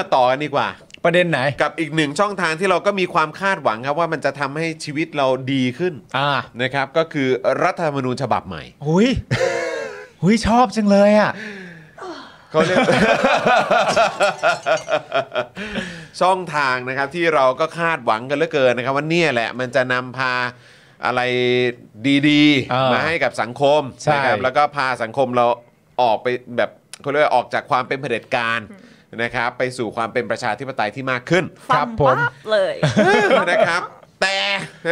มาต่อกันดีกว่า ประเด็นไหน กับอีกหนึ่งช่องทางที่เราก็มีความคาดหวังครับว่ามันจะทำให้ชีวิตเราดีขึ้น อ่า นะครับก็คือรัฐธรรมนูญฉบับใหม่ หุย หุยชอบจังเลยอ่ะ เขาเรียก ช่องทางนะครับที่เราก็คาดหวังกันเหลือเกินนะครับว่าเนี่ยแหละมันจะนำพาอะไรดี เออ มาให้กับสังคม ใช่ นะครับแล้วก็พาสังคมเราออกไปแบบเขาเรียกว่าออกจากความเป็นเผด็จการนะครับไปสู่ความเป็นประชาธิปไตยที่มากขึ้น ครั ฟั บ ง ผม ปั๊บเลย นะครับ แต่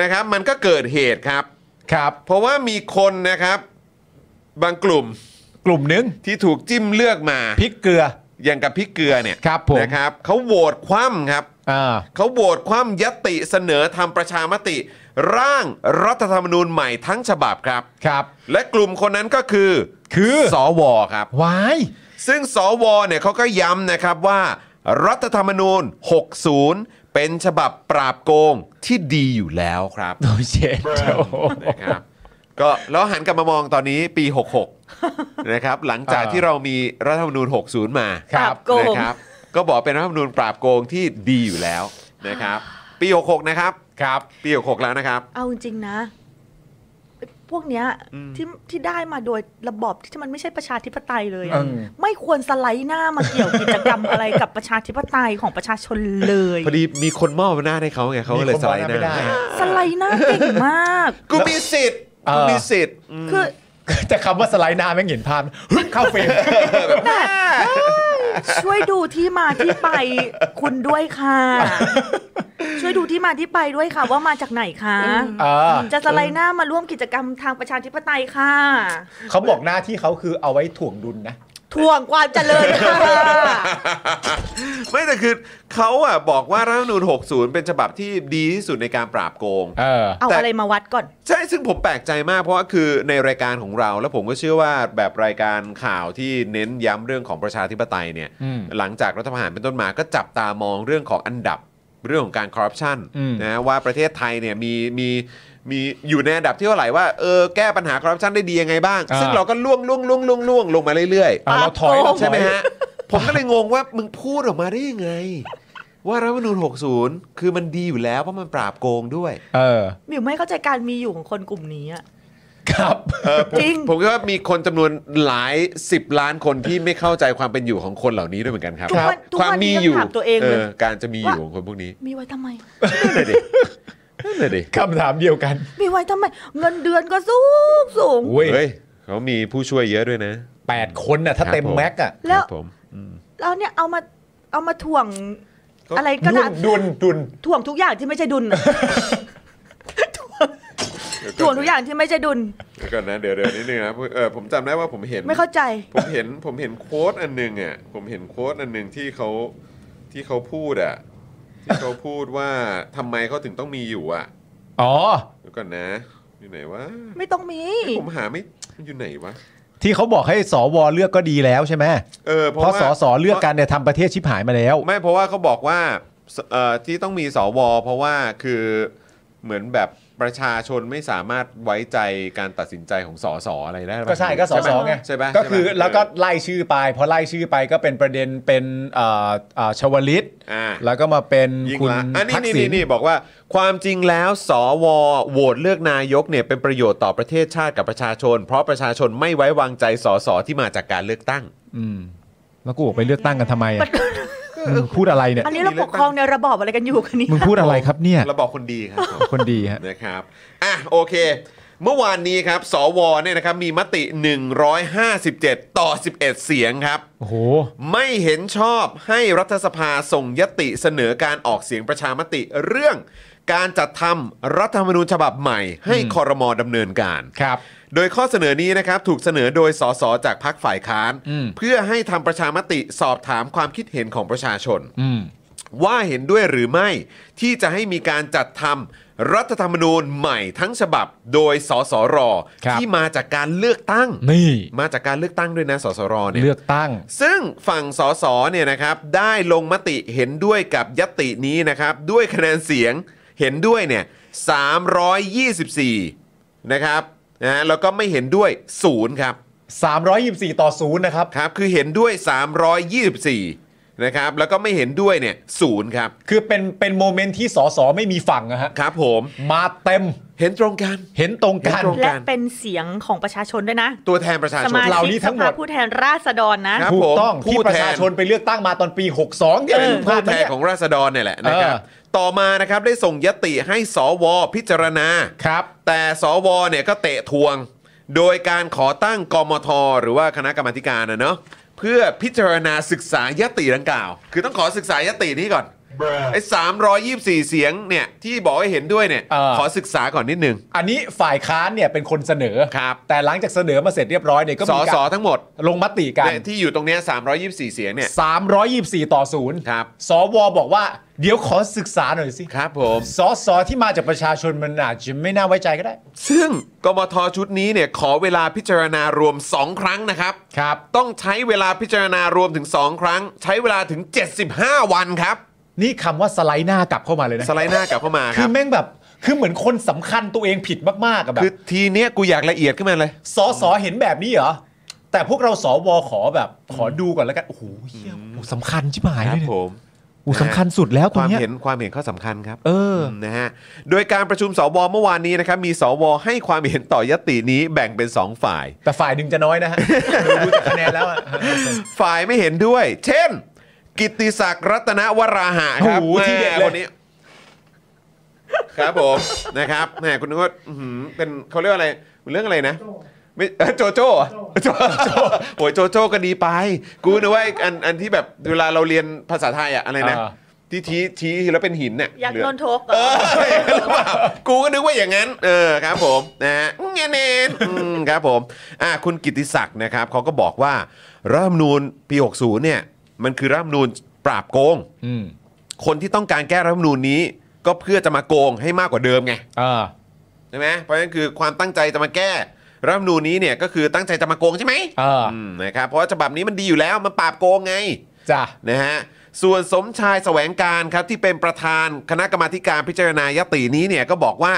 นะครับมันก็เกิดเหตุครับ ครับ เพราะว่ามีคนนะครับบางกลุ่ม กลุ่มหนึง ที่ถูกจิ้มเลือกมา พริกเกลือ อย่างกับพริกเกลือเนี่ย ครับผม นะครับเขาโหวตคว่ำครับ อ่า เขาโหวตคว่ำยติเสนอทำประชามติ ร่างรัฐธรรมนูญใหม่ทั้งฉบับครับ ครับ และกลุ่มคนนั้นก็คือ คือ สวครับ วาย ซึ่งสวเนี่ยเขาก็ย้ำนะครับว่า รัฐธรรมนูญ 60 เป็นฉบับปราบโกงที่ดีอยู่แล้วครับ โอ้ยเชดโอ้โห นะครับ ก็แล้วหันกลับมามองตอนนี้ปี 66 นะครับหลังจาก อ่า ที่เรามีรัฐธรรมนูญ 60 มา ครับ ปาโกง นะครับก็บอกเป็นรัฐธรรมนูญปราบโกงที่ดีอยู่แล้วนะครับ ปี 66 นะครับครับ ปี 66 แล้วนะครับ เอาจริงๆนะไอ้พวกเนี้ยที่ที่ได้มาโดยระบอบที่มันไม่ใช่ประชาธิปไตยเลยอะ อืม ไม่ควรสไลด์หน้ามาเกี่ยวกิจกรรมอะไรกับประชาธิปไตยของประชาชนเลย พอดีมีคนมอบหน้าจให้เขาไงเขาก็เลยสไลด์ห มีคนมอบอำนาจไม่ได้ น้า สไลด์หน้าเก่งมาก กูมีสิทธิ์ เออ กูมีสิทธิ์อืม คือ แต่คำว่าสไลด์หน้าแม่งเห็นภาพ เฮ้ยเข้าเฟรม แบบช่วยดูที่มาที่ไปคุณด้วยค่ะ ช่วยดูที่มาที่ไปด้วยค่ะ ว่ามาจากไหนคะ เออ จะสไลด์หน้ามาร่วมกิจกรรมทางประชาธิปไตยค่ะ เขาบอกหน้าที่เขาคือเอาไว้ถ่วงดุลนะ ถ่วงความเจริญค่ะ ไม่แต่คือเขาอ่ะบอกว่ารัฐธรรมนูญ 60 เป็นฉบับที่ดีที่สุดในการปราบโกง เออ เอาอะไรมาวัดก่อน ใช่ ซึ่งผมแปลกใจมากเพราะว่าคือในรายการของเรา แล้วผมก็เชื่อว่าแบบรายการข่าวที่เน้นย้ำเรื่องของประชาธิปไตยเนี่ย อืม หลังจากรัฐประหารเป็นต้นมาก็จับตามองเรื่องของอันดับเรื่องของการคอร์รัปชัน อืม นะว่าประเทศไทยเนี่ยมีมีมีอยู่ในอันดับที่เท่าไหร่ว่าเออแก้ปัญหาคอร์รัปชันได้ดียังไงบ้าง ซึ่งเราก็ล่วงล่วงล่วงล่วงล่วงลงมาเรื่อยๆ อ่ะเราถอย ปาโก เราถงอย ใช่ไหมฮะ ผมก็เลยงงว่ามึงพูดออกมาได้ยังไง ว่ารัฐธรรมนูญ60 คือมันดีอยู่แล้วเพราะมันปราบโกงด้วย เออ มิวไม่เข้าใจการมีอยู่ของคนกลุ่มนี้อะ ครับ เออผม จริง ผมคิดว่ามีคนจำนวนหลาย 10 ล้านคนที่ไม่เข้าใจความเป็นอยู่ของคนเหล่านี้ด้วยเหมือนกันครับ ทุกวันทุก ความ วัน มี นี้ อยู่ ยังถามตัวเองเลย อการจะมีอยู่ของคนพวกนี้ มีไว้ทำไม นั่นแหละดินั่นแหละดิ คำถามเดียวกัน มีไว้ทำไม เงินเดือนก็สูงสูง เว้ย เฮ้ยเขามีผู้ช่วยเยอะด้วยนะ แปดคนน่ะ ถ้าเต็ม ครับผม แม็กอะ แล้ว ครับผมอืม แล้วเนี่ยเอามาเอามาถ่วง ก็ อะไรก็ ดุ ได้ ลดุลดุล ถ่วงทุกอย่างที่ไม่ใช่ดุลน่ะถ่วงทุกอย่างที่ไม่ใช่ดุล เดี๋ยวก่อนนะเดี๋ยวเดี๋ยวนิดนึงนะเออผมจำได้ว่าผมเห็น ไม่เข้าใจ ผมเห็นผมเห็นโค้ดอันหนึ่งอ่ะผมเห็นโค้ดอันหนึ่งที่เขาที่เขาพูดอ่ะที่เขาพูดว่าทำไมเขาถึงต้องมีอยู่อ่ะ อ๋อ เดี๋ยวก่อนนะ อยู่ไหนวะ ไม่ต้องมี ผมหาไม่มันอยู่ไหนวะ ที่เขาบอกให้สวเลือกก็ดีแล้วใช่ไหม เออเพ เพราะ ราะ สสเลือกกันเนี่ยทำประเทศชิบหายมาแล้ว ไม่เพราะว่าเขาบอกว่าสเอ่อที่ต้องมีสว เพราะว่าคือเหมือนแบบประชาชนไม่สามารถไว้ใจการตัดสินใจของสสอะไรได้ปะ ก็ใช่ก็ส ไห ส ม ไง ใช่ปะ ก็คือ ใช่ปะ แล้วก็ไล่ชื่อไปพอไล่ชื่อไปก็เป็นประเด็นเป็นเอ่อเอ่อชวลิต อ่า แล้วก็มาเป็น ยิ่ง คุณ ละอันนี้ ทัก นี่ ษิ นี่ ณ นี่บอกว่าความจริงแล้วสวโหวตเลือกนายกเนี่ยเป็นประโยชน์ต่อประเทศชาติกับประชาชน เพราะประชาชนไม่ไว้วางใจสสที่มาจากการเลือกตั้ง อืมแล้วกูออกไปเลือกตั้งกันทำไมอะมึงพูดอะไรเนี่ย อันนี้เราปกครองในระบอบอะไรกันอยู่กันเนี่ย มึงพูดอะไรครับเนี่ย เราบอกคนดีครับผม คนดีฮะ นะครับอ่ะโอเค เมื่อวานนี้ครับ สวเนี่ยนะครับมีมติ 157 ต่อ 11 เสียงครับ โอ้โห ไม่เห็นชอบให้รัฐสภาส่งยติเสนอการออกเสียงประชามติเรื่องการจัดทำรัฐธรรมนูญฉบับใหม่ ให้คอรมอดำเนินการ ครับ โดยข้อเสนอนี้นะครับถูกเสนอโดยสสจากพักฝ่ายค้าน อืม เพื่อให้ทำประชามติสอบถามความคิดเห็นของประชาชน อืม ว่าเห็นด้วยหรือไม่ที่จะให้มีการจัดทำรัฐธรรมนูญใหม่ทั้งฉบับโดยสสร ครับ ที่มาจากการเลือกตั้ง นี่ มาจากการเลือกตั้งด้วยนะสสรเนี่ย เลือกตั้ง ซึ่งฝั่งสสเนี่ยนะครับได้ลงมติเห็นด้วยกับยตินี้นะครับ ด้วยคะแนนเสียงเห็นด้วยเนี่ย324 นะครับนะแล้วก็ไม่เห็นด้วย 0 ครับ 324 ต่อ0นะครับ ครับ คือเห็นด้วย 324 นะครับแล้วก็ไม่เห็นด้วยเนี่ยศูนย์ครับ คือเป็นเป็นโมเมนต์ที่สอสอไม่มีฝั่งนะฮะ ครับผม มาเต็ม เห็นตรงกัน เห็นตรงกัเห็นนตรง และเป็นเสียงของประชาชนด้วยนะ ตัวแทนประชา ส ชน มา เหล่า ชิ นี้ ก ทั้ ส งหมด ภาผู้แทนราษฎรนะ ครับ ถูกต้อง ผม ที่ ผู้ ป แทน ระชาชนไปเลือกตั้งมาตอนปี 62เนี่ย เอเป็อนผู้แทน มาเนี่ย ของราษฎรเนี่ยแหละนะครับ เออ ต่อมานะครับได้ส่งยติให้สวพิจารณา ครับ แต่สวเนี่ยก็เตะทวง โดยการขอตั้งกมท หรือว่าคณะกรรมาธิการนะเนาะเพื่อพิจารณาศึกษายติดังกล่าว คือต้องขอศึกษายตินี้ก่อนไอ้สามร้อยยี่สี่เสียงเนี่ยที่บอกให้เห็นด้วยเนี่ย เออ ขอศึกษาก่อนนิดนึง อันนี้ฝ่ายค้านเนี่ยเป็นคนเสนอ ครับ แต่หลังจากเสนอมาเสร็จเรียบร้อยเนี่ยก็ ส มี ส การ ทั้งหมด ลงมติกัน เนี่ยที่อยู่ตรงเนี้ย324 เสียงเนี่ย 324 ต่อศูนย์ ครับ สวบอกว่า เดี๋ยวขอศึกษาหน่อยสิ ครับผม สสที่มาจากประชาชนมันอาจจะไม่น่าไว้ใจก็ได้ ซึ่งกมทชุดนี้เนี่ยขอเวลาพิจารณารวม 2 ครั้งนะครับ ครับ ต้องใช้เวลาพิจารณารวมถึง 2 ครั้ง ใช้เวลาถึง 75 วันครับ นี่คำว่าสไลด์หน้ากลับเข้ามาเลยนะ สไลด์หน้ากลับเข้ามาค คื รั อบ แม่งแบบ คือเหมือนคนสำคัญตัวเองผิดมากๆอะแบบ คือทีเนี้ยกูอยากละเอียดขึ้นมาเลย สอสอเห็นแบบนี้เหรอ แต่พวกเราสวขอแบบขอดูก่อนแล้วกัน โอ้โหเหี้ยโอ้โหสำคัญชิบหาย ค เล รับยเนี่ย ผม โอ้โหสำคัญสุดแล้วต ค รง วาม เนี้ย เห็นความเห็นข้อสำคัญครับ เออ มนะฮะโดยการประชุมสวเมื่อวานนี้นะครับ มีสวให้ความเห็นต่อยตินี้แบ่งเป็น 2 ฝ่าย แต่ฝ่ายหนึ่งจะน้อยนะ ฮะ ดูจากคะแนนแล้วอะ ฝ่ายไม่เห็นด้วย เช่น กิตติศักดิ์รัตนวราหะครับ โอ้โหที่เด็ดเลแม่คยนนี้ ครับผม นะครับแหมคุณนึกว่าอื้อหือเป็นเขาเรียกว่าอะไร เรื่องอะไรนะไม่เอ้ยโจโจ้ เหรอโจโจ้ โอ้ยโจโจ้ก็ดีไป กูนึกว่าไอ้อันอันที่แบบเวลาเราเรียนภาษาไทยอะอะไรนะ อ่า ที่ชี้ชี้แล้วเป็นหินเนี่ย อยาก เหลือ โดนทกเหร เอ อ อหรือเปล่ากูก็นึกว่าอย่างนั้น เออครับผมนะฮะเงี้ยเนนอืมครับผมอ่ะคุณกิติศักดิ์นะครับเขาก็บอกว่ารัฐธรรมนูญปี 60 เนี่ย มันคือรัฐธรรมนูญปราบโกง อืม คนที่ต้องการแก้รัฐธรรมนูญนี้ ก็เพื่อจะมาโกงให้มากกว่าเดิมไง อ่า ใช่ไหมเพราะฉะนั้นคือความตั้งใจจะมาแก้รัฐธรรมนูญนี้เนี่ยก็คือตั้งใจจะมาโกงใช่ไหม เอออื มนะครับเพราะว่าฉบับนี้มันดีอยู่แล้วมันปราบโกงไง จ้ะ นะฮะส่วนสมชายแสวงการครับที่เป็นประธานคณะกรรมาธิการพิจารณายตินี้เนี่ยก็บอกว่า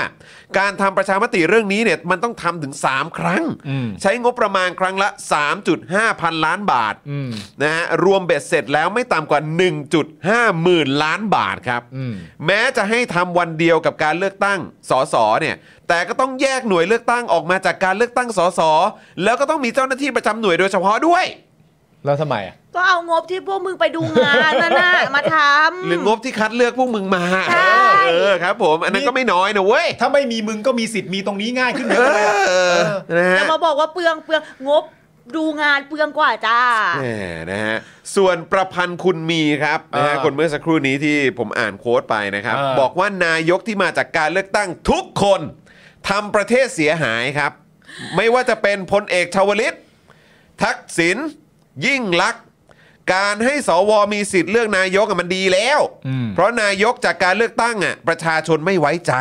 การทำประชามติเรื่องนี้เนี่ยมันต้องทำถึง 3 ครั้ง อืม ใช้งบประมาณครั้งละ 3.5 พันล้านบาท อืม นะฮะรวมเบ็ดเสร็จแล้วไม่ต่ำกว่า 1.5 หมื่นล้านบาทครับ อืม แม้จะให้ทำวันเดียวกับการเลือกตั้งสสเนี่ยแต่ก็ต้องแยกหน่วยเลือกตั้งออกมาจากการเลือกตั้งสสแล้วก็ต้องมีเจ้าหน้าที่ประจำหน่วยโดยเฉพาะด้วย แล้วทำไมอ่ะ ก็เอางบที่พวกมึงไปดูงานนั่นน่ะมาทำ หรืองบที่คัดเลือกพวกมึงมา ใช่ เออครับผม อันนั้นก็ไม่น้อยนะเว้ย ถ้าไม่มีมึงก็มีสิทธิ์มีตรงนี้ง่ายขึ้นเย เอ อะ เลยอะ อ นะ แล้ ฮะ วมาบอกว่าเปลืองเปลืองงบดูงานเปลืองกว่าจ้า แหมนะฮะ ส่วนประพันธ์คุณมีครับนะฮะ เออ คนเมื่อสักครู่นี้ที่ผมอ่านโค้ดไปนะครับ เออ บอกว่านายกที่มาจากการเลือกตั้งทุกคนทำประเทศเสียหายครับ ไม่ว่าจะเป็นพลเอกชาวลิต ทักษิณยิ่งลักษณ์การให้สวมีสิทธิ์เลือกนายกอะมันดีแล้ว อืม เพราะนายกจากการเลือกตั้งอ่ะประชาชนไม่ไว้ใจ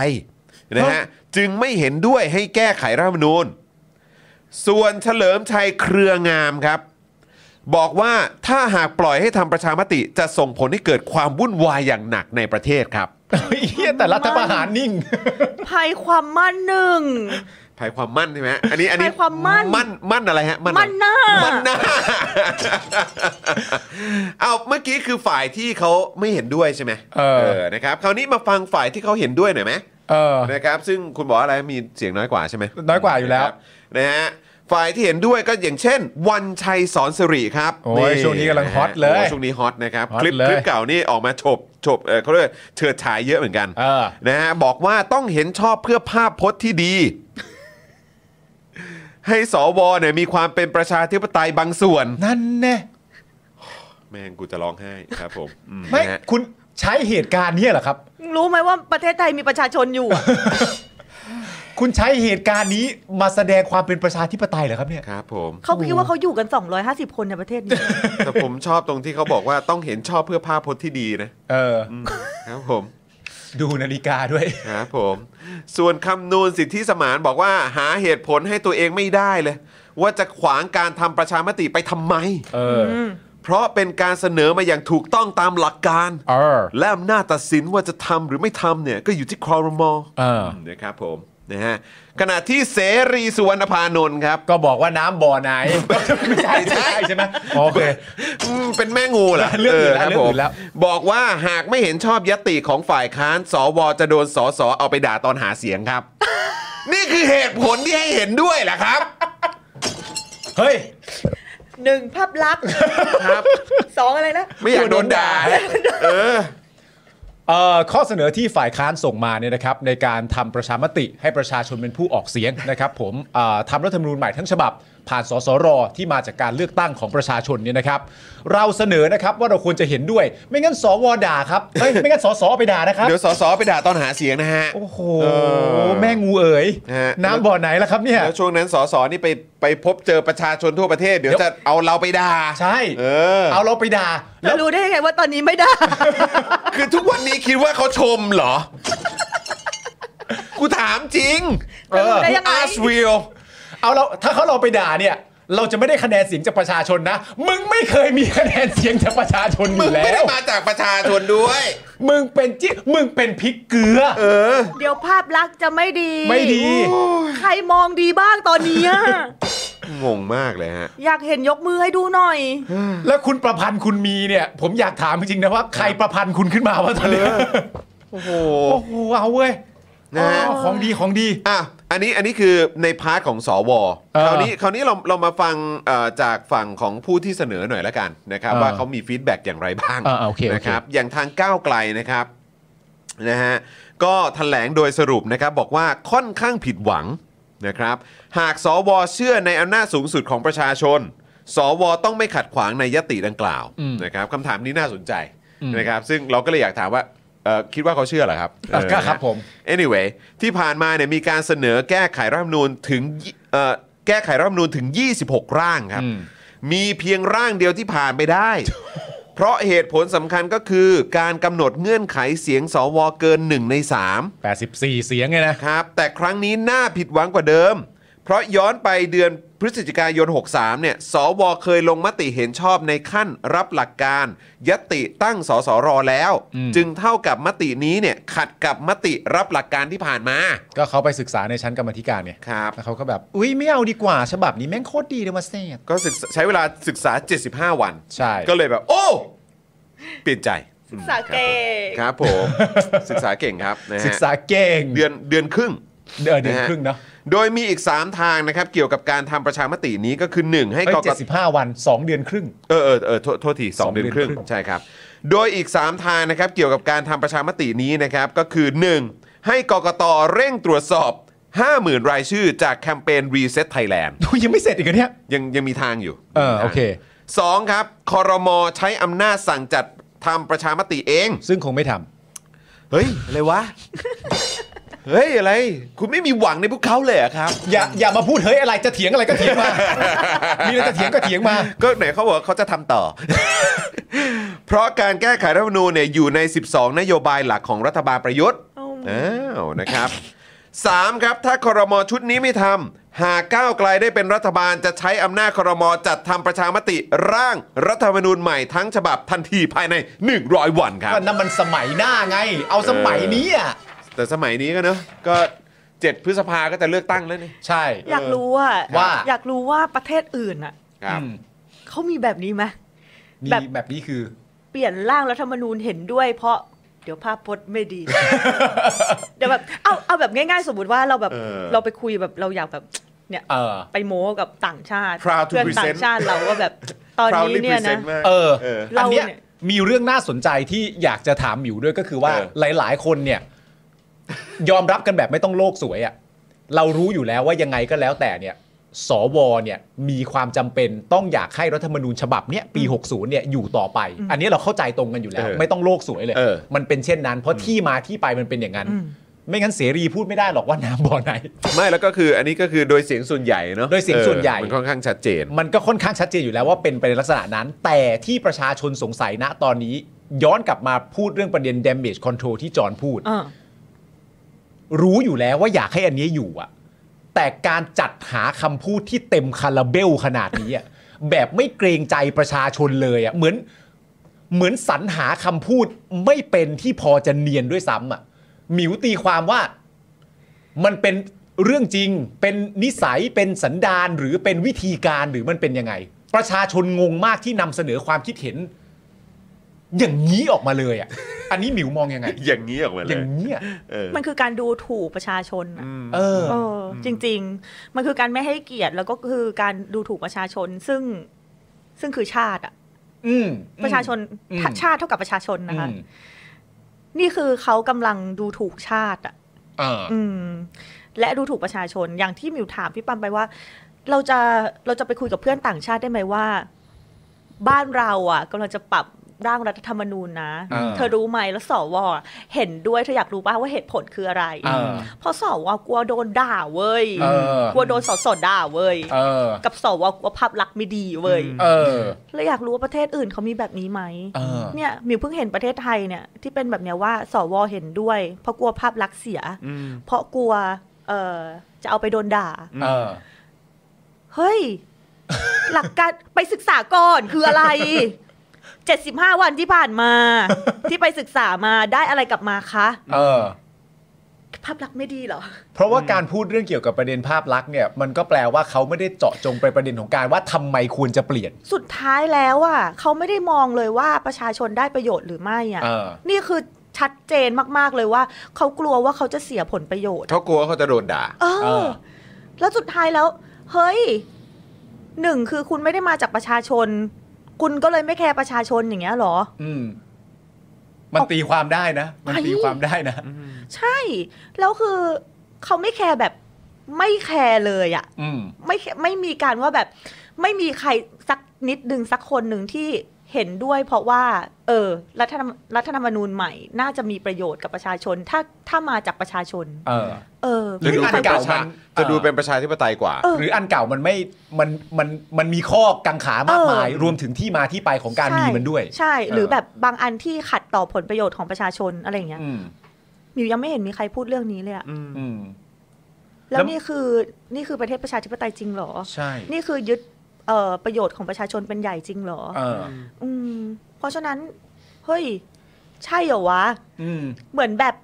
นะฮะ ฮะ จึงไม่เห็นด้วยให้แก้ไขรัฐธรรมนูญ ส่วนเฉลิมชัยเครืองามครับ บอกว่าถ้าหากปล่อยให้ทำประชามติจะส่งผลให้เกิดความวุ่นวายอย่างหนักในประเทศครับ เฮียแต่รัฐประหารนิ่ง ภัยความมั่นหนึ่ง ภัยความมั่นใช่ไหมฮะอันนี้อันนี้ ภัยความมั่น มั่นมั่นอะไรฮะอะไร มั่นหน้า มันน่า เอาเมื่อกี้คือฝ่ายที่เขาไม่เห็นด้วยใช่ไหม เออ นะครับ คราวนี้มาฟังฝ่ายที่เขาเห็นด้วยหน่อยไหม เออ นะครับ ซึ่งคุณบอกอะไร มีเสียงน้อยกว่าใช่ไหม น้อยกว่าอยู่แล้นะควรับนะฮะ ฝ่ายที่เห็นด้วยก็อย่างเช่น วันชัยสอนสิริครับ โอ้ยช่วงนี้กำลังฮอต นะฮะ เลย โช่วงนี้ฮอตนะครับ ฮอต คลิป เลย คลิปเก่านี่ออกมาฉบฉบเอ่อเขาเรียกว่าเฉิดฉายเยอะเหมือนกัน เออ นะฮะบอกว่าต้องเห็นชอบเพื่อภาพพจน์ที่ดี ให้สวเนี่ยมีความเป็นประชาธิปไตยบางส่วน นั่นแน่ แม่งกูจะร้องไห้ครับผมอื ไม่ นะฮะ คุณใช้เหตุการณ์เนี่ยเหรอครับ รู้ไหมว่าประเทศไทยมีประชาชนอยู่ คุณใช้เหตุการณ์นี้มาแสดงความเป็นประชาธิปไตยเหรอครับเนี่ย ครับผม เขาคิดว่าเขาอยู่กัน 250 คนในประเทศนี้ แต่ผมชอบตรงที่เขาบอกว่าต้องเห็นชอบเพื่อภาพพจน์ที่ดีนะ เออ อืมครับผม ดูนาฬิกาด้วย ครับผม ส่วนคำนูนสิทธิสมานบอกว่าหาเหตุผลให้ตัวเองไม่ได้เลย ว่าจะขวางการทำประชามติไปทำไม เออ เพราะเป็นการเสนอมาอย่างถูกต้องตามหลักการ เออ และอำนาจตัดสินว่าจะทำหรือไม่ทำเนี่ย ก็อยู่ที่คอรมอ เออ นะครับผม นะฮะขณะที่เสรีสุวรรณพานนท์ครับ ก็บอกว่าน้ำบ่อไหน ไม่ใช่ ไม่ใช่ ใช่ใช่ไหมโอเค อืมเป็นแม่งูเหรอ เรื่องอื่นแล้ว ครับ เรื่องผอื่นม แล้ว บอกว่าหากไม่เห็นชอบยตติของฝ่ายค้านสวจะโดนสสเอาไปด่าตอนหาเสียง ครับ นี่คือเหตุผลที่ให้เห็นด้วยเหรอครับ เฮ้ย หนึ่งภาพลักษณ์ ครับ สองอะไรนะ ไม่อยากโดนด่า เออ เอ่อข้อเสนอที่ฝ่ายค้านส่งมาเนี่ยนะครับในการทำประชามติให้ประชาชนเป็นผู้ออกเสียง นะครับผมเอ่อทำรัฐธรรมนูญใหม่ทั้งฉบับ ผ่านสสรที่มาจากการเลือกตั้งของประชาชนเนี่ยนะครับ เราเสนอนะครับว่าเราควรจะเห็นด้วย ไม่งั้นสวด่าครับเอ้ยไม่งั้นสสไปด่านะครับ เดี๋ยวสสไปด่าตอนหาเสียงนะฮะ โอ้โห เออ แม่งูเอ๋ย ฮะ น้ำบ่อไหนล่ะครับเนี่ย แล้วช่วงนั้นสสนี่ไปไปพบเจอประชาชนทั่วประเทศ เดี๋ยว เดี๋ยว จะเอาเราไปด่า ใช่ เออ เอาเราไปด่าแล้ จะ ว รู้ได้ยังไงว่าตอนนี้ไม่ได้ คือทุกวันนี้คิดว่าเขาชมเหร อ กูถามจริง จะรู้ได้ยังไง อาร์สวิล เอาเราถ้าเขาเราไปด่าเนี่ยเราจะไม่ได้คะแนนเสียงจากประชาชนนะมึงไม่เคยมีคะแนนเสียงจากประชาชนอ มึง ยู่แล้ ไม่ได้ ว มาจากประชาชนด้วย มึงเป็นจิมึงเป็นพริกเกลือ เดี๋ยวภาพลักษณ์จะไม่ดี ไม่ดี โอ้ยใครมองดีบ้างตอนเนี้ย งงมากเลยฮะ อยากเห็นยกมือให้ดูหน่อย แล้วคุณประพันธ์คุณมีเนี่ย ผมอยากถามจริงๆนะว่าใครประพันธ์คุณขึ้นมาวะตอนเนี้ย โอ้โห โอ้โหเอาเว้ย นะฮะ อ๋อของดีของดี อ่ะ อันนี้ อันนี้คือในพาร์ทของสว เออ คราวนี้ คราวนี้เรา เรามาฟังเอ่อจากฝั่งของผู้ที่เสนอหน่อยละกันนะครับ เออ ว่าเขามีฟีดแบ็กอย่างไรบ้าง เออเออโอเคโอเค นะครับ อย่างทางก้าวไกลนะครับ นะฮะ ก็แถลงโดยสรุปนะครับ บอกว่าค่อนข้างผิดหวังนะครับ หากสวเชื่อในอำนาจสูงสุดของประชาชน สวต้องไม่ขัดขวางในยติดังกล่าว อืม นะครับคำถามนี้น่าสนใจ อืม นะครับ ซึ่งเราก็เลยอยากถามว่าเอ่อคิดว่าเขาเชื่อเหรอครับ อ่ะก็ครับผม anyway ที่ผ่านมาเนี่ยมีการเสนอแก้ไขรัฐธรรมนูญถึงยี่เอ่อแก้ไขรัฐธรรมนูญถึง 26 ร่างครับ อืม มีเพียงร่างเดียวที่ผ่านไปได้ เพราะเหตุผลสำคัญก็คือการกำหนดเงื่อนไขเสียงสวเกิน 1 ใน 3 84 เสียงไงนะ ครับ แต่ครั้งนี้น่าผิดหวังกว่าเดิม เพราะย้อนไปเดือนพฤศจิกายน 63 เนี่ย สวเคยลงมติเห็นชอบในขั้นรับหลักการยติตั้งสสรแล้ว อืม จึงเท่ากับมตินี้เนี่ยขัดกับมติรับหลักการที่ผ่านมา ก็เขาไปศึกษาในชั้นกรรมธิการไง ครับ แล้วเขาก็แบบ อุ้ยไม่เอาดีกว่า ฉบับนี้แม่งโคตรดีเลยมาแซ่บ ก็ศึกษาใช้เวลาศึกษา 75 วัน ใช่ ก็เลยแบบ โอ้ เปลี่ยนใจ ศึกษาเก่ง ครับผม ศึกษาเก่งครับนะฮะ ศึกษาเก่ง เดือนเดือนครึ่ง เดือนเดือน นะฮะ ครึ่งเนาะ โดยมีอีก 3 ทางนะครับ เกี่ยวกับการทำประชามตินี้ก็คือ 1 ให้ เอ้ย กกต 75 วัน 2 เดือนครึ่ง เออเออเออโทษโทษทีสองเดือนครึ่ง ใช่ครับ โดยอีก 3 ทางนะครับ เกี่ยวกับการทำประชามตินี้นะครับ ก็คือ 1. ให้กกตเร่งตรวจสอบ 50,000 รายชื่อจากแคมเปญ Reset Thailand ยังไม่เสร็จอีกเหรอเนี่ย ยังยังมีทางอยู่ เออโอเค สองครับคอรมอใช้อำนาจสั่งจัดทำประชามติเอง ซึ่งคงไม่ทำ เฮ้ย อะไรวะ เฮ้ย อะไร คุณไม่มีหวังในพวกเขาเลยเหรอครับ อย่าอย่ามาพูดเฮ้ยอะไรจะเถียงอะไรก็เถียง มา มีอะไรจะเถียงก็เถียงมา ก็ไหนเขาบอกว่าเขาจะทำต่อ เพราะการแก้ไขรัฐธรรมนูญเนี่ยอยู่ใน 12 นโยบายหลักของรัฐบาลประยุทธ์ เอ้า อ้าวนะครับ 3. ครับถ้าครมชุดนี้ไม่ทำหากก้าวไกลได้เป็นรัฐบาลจะใช้อำนาจครมจัดทำประชามติร่างรัฐธรรมนูญใหม่ทั้งฉบับทันทีภายใน 100 วันครับ ก็นั่นมันสมัยหน้าไง เอาสมัยนี้อ่ะ แต่สมัยนี้ก็เนอะก็ 7 พฤษภาก็จะเลือกตั้งแล้วนี่ ใช่ อยากรู้ว่า ว่า อยากรู้ว่าประเทศอื่นอ่ะ ครับ อืม เขามีแบบนี้ไหม นี่ แบบ แบบนี้คือ เปลี่ยนร่างรัฐธรรมนูญเห็นด้วย เพราะเดี๋ยวภาพพจน์ไม่ ดี เดี๋ยวแบบเอาเอาแบบง่ายๆ สมมติว่าเราแบบ เออ เราไปคุยแบบเราอยากแบบเนี่ย เออ ไปโม้กับต่างชาติ Proud to เพื่อนต่าง present ชาติเราก็แบบตอนนี้ Proudly เนี่ยนะ present มาก เออ เออ อันเนี้ย เราเนี่ย มีเรื่องน่าสนใจที่อยากจะถามอยู่ด้วยก็คือว่า เออ หลาย ๆ คนเนี่ย ยอมรับกันแบบไม่ต้องโลกสวยอะ่ะเรารู้อยู่แล้วว่ายังไงก็แล้วแต่เนี่ยสวเนี่ยมีความจำเป็นต้องอยากให้รัฐธรรมนูญฉบับเนี้ยปี 60เนี่ยอยู่ต่อไป อันนี้เราเข้าใจตรงกันอยู่แล้ว เออ ไม่ต้องโลกสวยเลย เออ มันเป็นเช่นนั้น เพราะที่มาที่ไปมันเป็นอย่างนั้น ไม่งั้นเสรีพูดไม่ได้หรอกว่าน้ำบ่อไหน ไม่แล้วก็คืออันนี้ก็คือโดยเสียงส่วนใหญ่เนอะ โดยเสียงส่วนใหญ่ เออมันค่อนข้างชัดเจน มันก็ค่อนข้างชัดเจนอยู่แล้วว่าเป็นไปในลักษณะนั้น แต่ที่ประชาชนสงสัยณตอนนี้ ย้อนกลับมาพูดเรื่องประเด็น damage control ที่จอห์นพูด เออ รู้อยู่แล้วว่าอยากให้อันนี้อยู่อะแต่การจัดหาคำพูดที่เต็มคาราเบลขนาดนี้อะแบบไม่เกรงใจประชาชนเลยอะเหมือนเหมือนสรรหาคำพูดไม่เป็นที่พอจะเนียนด้วยซ้ำอะหมิวตีความว่า มันเป็นเรื่องจริง เป็นนิสัยเป็นสันดานหรือเป็นวิธีการหรือมันเป็นยังไง ประชาชนงงมากที่นำเสนอความคิดเห็น อย่างนี้ออกมาเลยอ่ะ อันนี้หมิวมองยังไง อย่างนี้ออกมาเล อย ย่างนี้ย เออ มันคือการดูถูกประชาชนอะ อืม เออ เออจริง ๆ มันคือการไม่ให้เกียรติแล้วก็คือการดูถูกประชาชนซึ่งซึ่งคือชาติอะ อืม ประชาชน อืม ชาติเท่ากับประชาชน อื นะคะ ม นี่คือเขากำลังดูถูกชาติอะ อ่า อืม และดูถูกประชาชนอย่างที่มิวถามพี่ปั๊มไปว่า เราจะเราจะไปคุยกับเพื่อนต่างชาติได้ไหมว่า บ้านเราอ่ะกำลังจะปรับร่างรัฐธรรมนูญนะ า เธอรู้ไหมแล้วสวอะเห็นด้วยเธออยากรู้ป่ะว่าเหตุผลคืออะไร เออ เพราะสวกลัวโดนด่าเว้ย เออ กลัวโดนสสด่าเว้ย เออ กับสวกลัวภาพลักษณ์ไม่ดีเว้ย อืม เออ แล้วอยากรู้ว่าประเทศอื่นเขามีแบบนี้ไหม เออ เนี่ยมิวเพิ่งเห็นประเทศไทยเนี่ยที่เป็นแบบเนี้ยว่าสวเห็นด้วย เพราะกลัวภาพลักษณ์เสีย อืม เพราะกลัวเอ่อจะเอาไปโดนด่า เออ เฮ้ย หลักการไปศึกษาก่อนคืออะไร 75 วันที่ผ่านมา ที่ไปศึกษามาได้อะไรกลับมาคะ เออ ภาพลักษณ์ไม่ดีเหรอ เพราะว่าการพูดเรื่องเกี่ยวกับประเด็นภาพลักษณ์เนี่ย มันก็แปลว่าเขาไม่ได้เจาะจงไปประเด็นของการว่าทำไมควรจะเปลี่ยน สุดท้ายแล้วอ่ะเขาไม่ได้มองเลยว่าประชาชนได้ประโยชน์หรือไม่อ่ะ เออ นี่คือชัดเจนมากๆเลยว่า เขากลัวว่าเขาจะเสียผลประโยชน์ เขากลัวว่าเขาจะโดนด่า เอ เอ อ อ แล้วสุดท้ายแล้ว เฮ้ยหนึ่งคือคุณไม่ได้มาจากประชาชน คุณก็เลยไม่แคร์ประชาชนอย่างเงี้ยเหรอ อืม มันตีความได้นะ มันตีความได้นะ ใช่ แล้วคือเขาไม่แคร์แบบ ไม่แคร์เลยอะ อืม ไม่แคร์ไม่มีการว่าแบบ ไม่มีใครสักนิดหนึ่งสักคนหนึ่งที่เห็นด้วย เพราะว่า เออรัฐธรรมรัฐธรรมนูญใหม่ น่าจะมีประโยชน์กับประชาชน ถ้าถ้ามาจากประชาชน เออ เออ จะดู หรืออัน เป็นป เก่า ระชา มันเอ่อ จะดูเป็นประชาธิปไตยกว่า เออ หรืออันเก่ามันไม่ มัน มัน มันมีข้อกังขามากมาย เออ รวมถึงที่มาที่ไปของการมีมันด้วย ใช่ เออ หรือแบบบางอันที่ขัดต่อผลประโยชน์ของประชาชนอะไรอย่างเงี้ย อืม มิวยังไม่เห็นมีใครพูดเรื่องนี้เลยอะ อืม แล้ แล้ว ว นี่คือนี่คือประเทศประชาธิปไตยจริงเหรอ ใช่ นี่คือยึดเอ่อประโยชน์ของประชาชนเป็นใหญ่จริงเหรอ เออ อืม เพราะฉะนั้น เฮ้ย ใช่เหรอวะ อืม เหมือนแบบ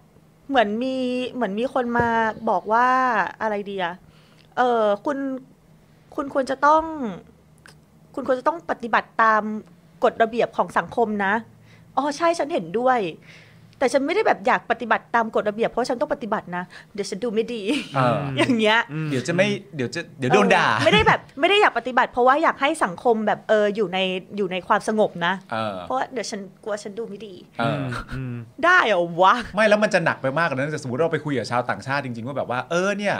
เหมือนมีเหมือนมีคนมาบอกว่าอะไรดีอะเออคุณคุณควรจะต้อง คุณควรจะต้องปฏิบัติตามกฎระเบียบของสังคมนะอ๋อใช่ฉันเห็นด้วย แต่ฉันไม่ได้แบบอยากปฏิบัติตามกฎระเบียบเพราะฉันต้องปฏิบัตินะเดี๋ยวฉันดูไม่ดี เออ อย่างเงี้ย เดี๋ยวจะไม่ เดี๋ยวจะ เดี๋ยวโดนด่า เออไม่ได้แบบ ไม่ได้อยากปฏิบัติเพราะว่าอยากให้สังคมแบบเอออยู่ในอยู่ในความสงบนะ เออ เพราะว่าเดี๋ยวฉันกลัวฉันดูไม่ดี เออ ได้เหรอวะ ไม่แล้วมันจะหนักไปมากกว่านั้นแต่สมมติเราไปคุยกับชาวต่างชาติจริงๆว่าแบบว่าเออเนี่ย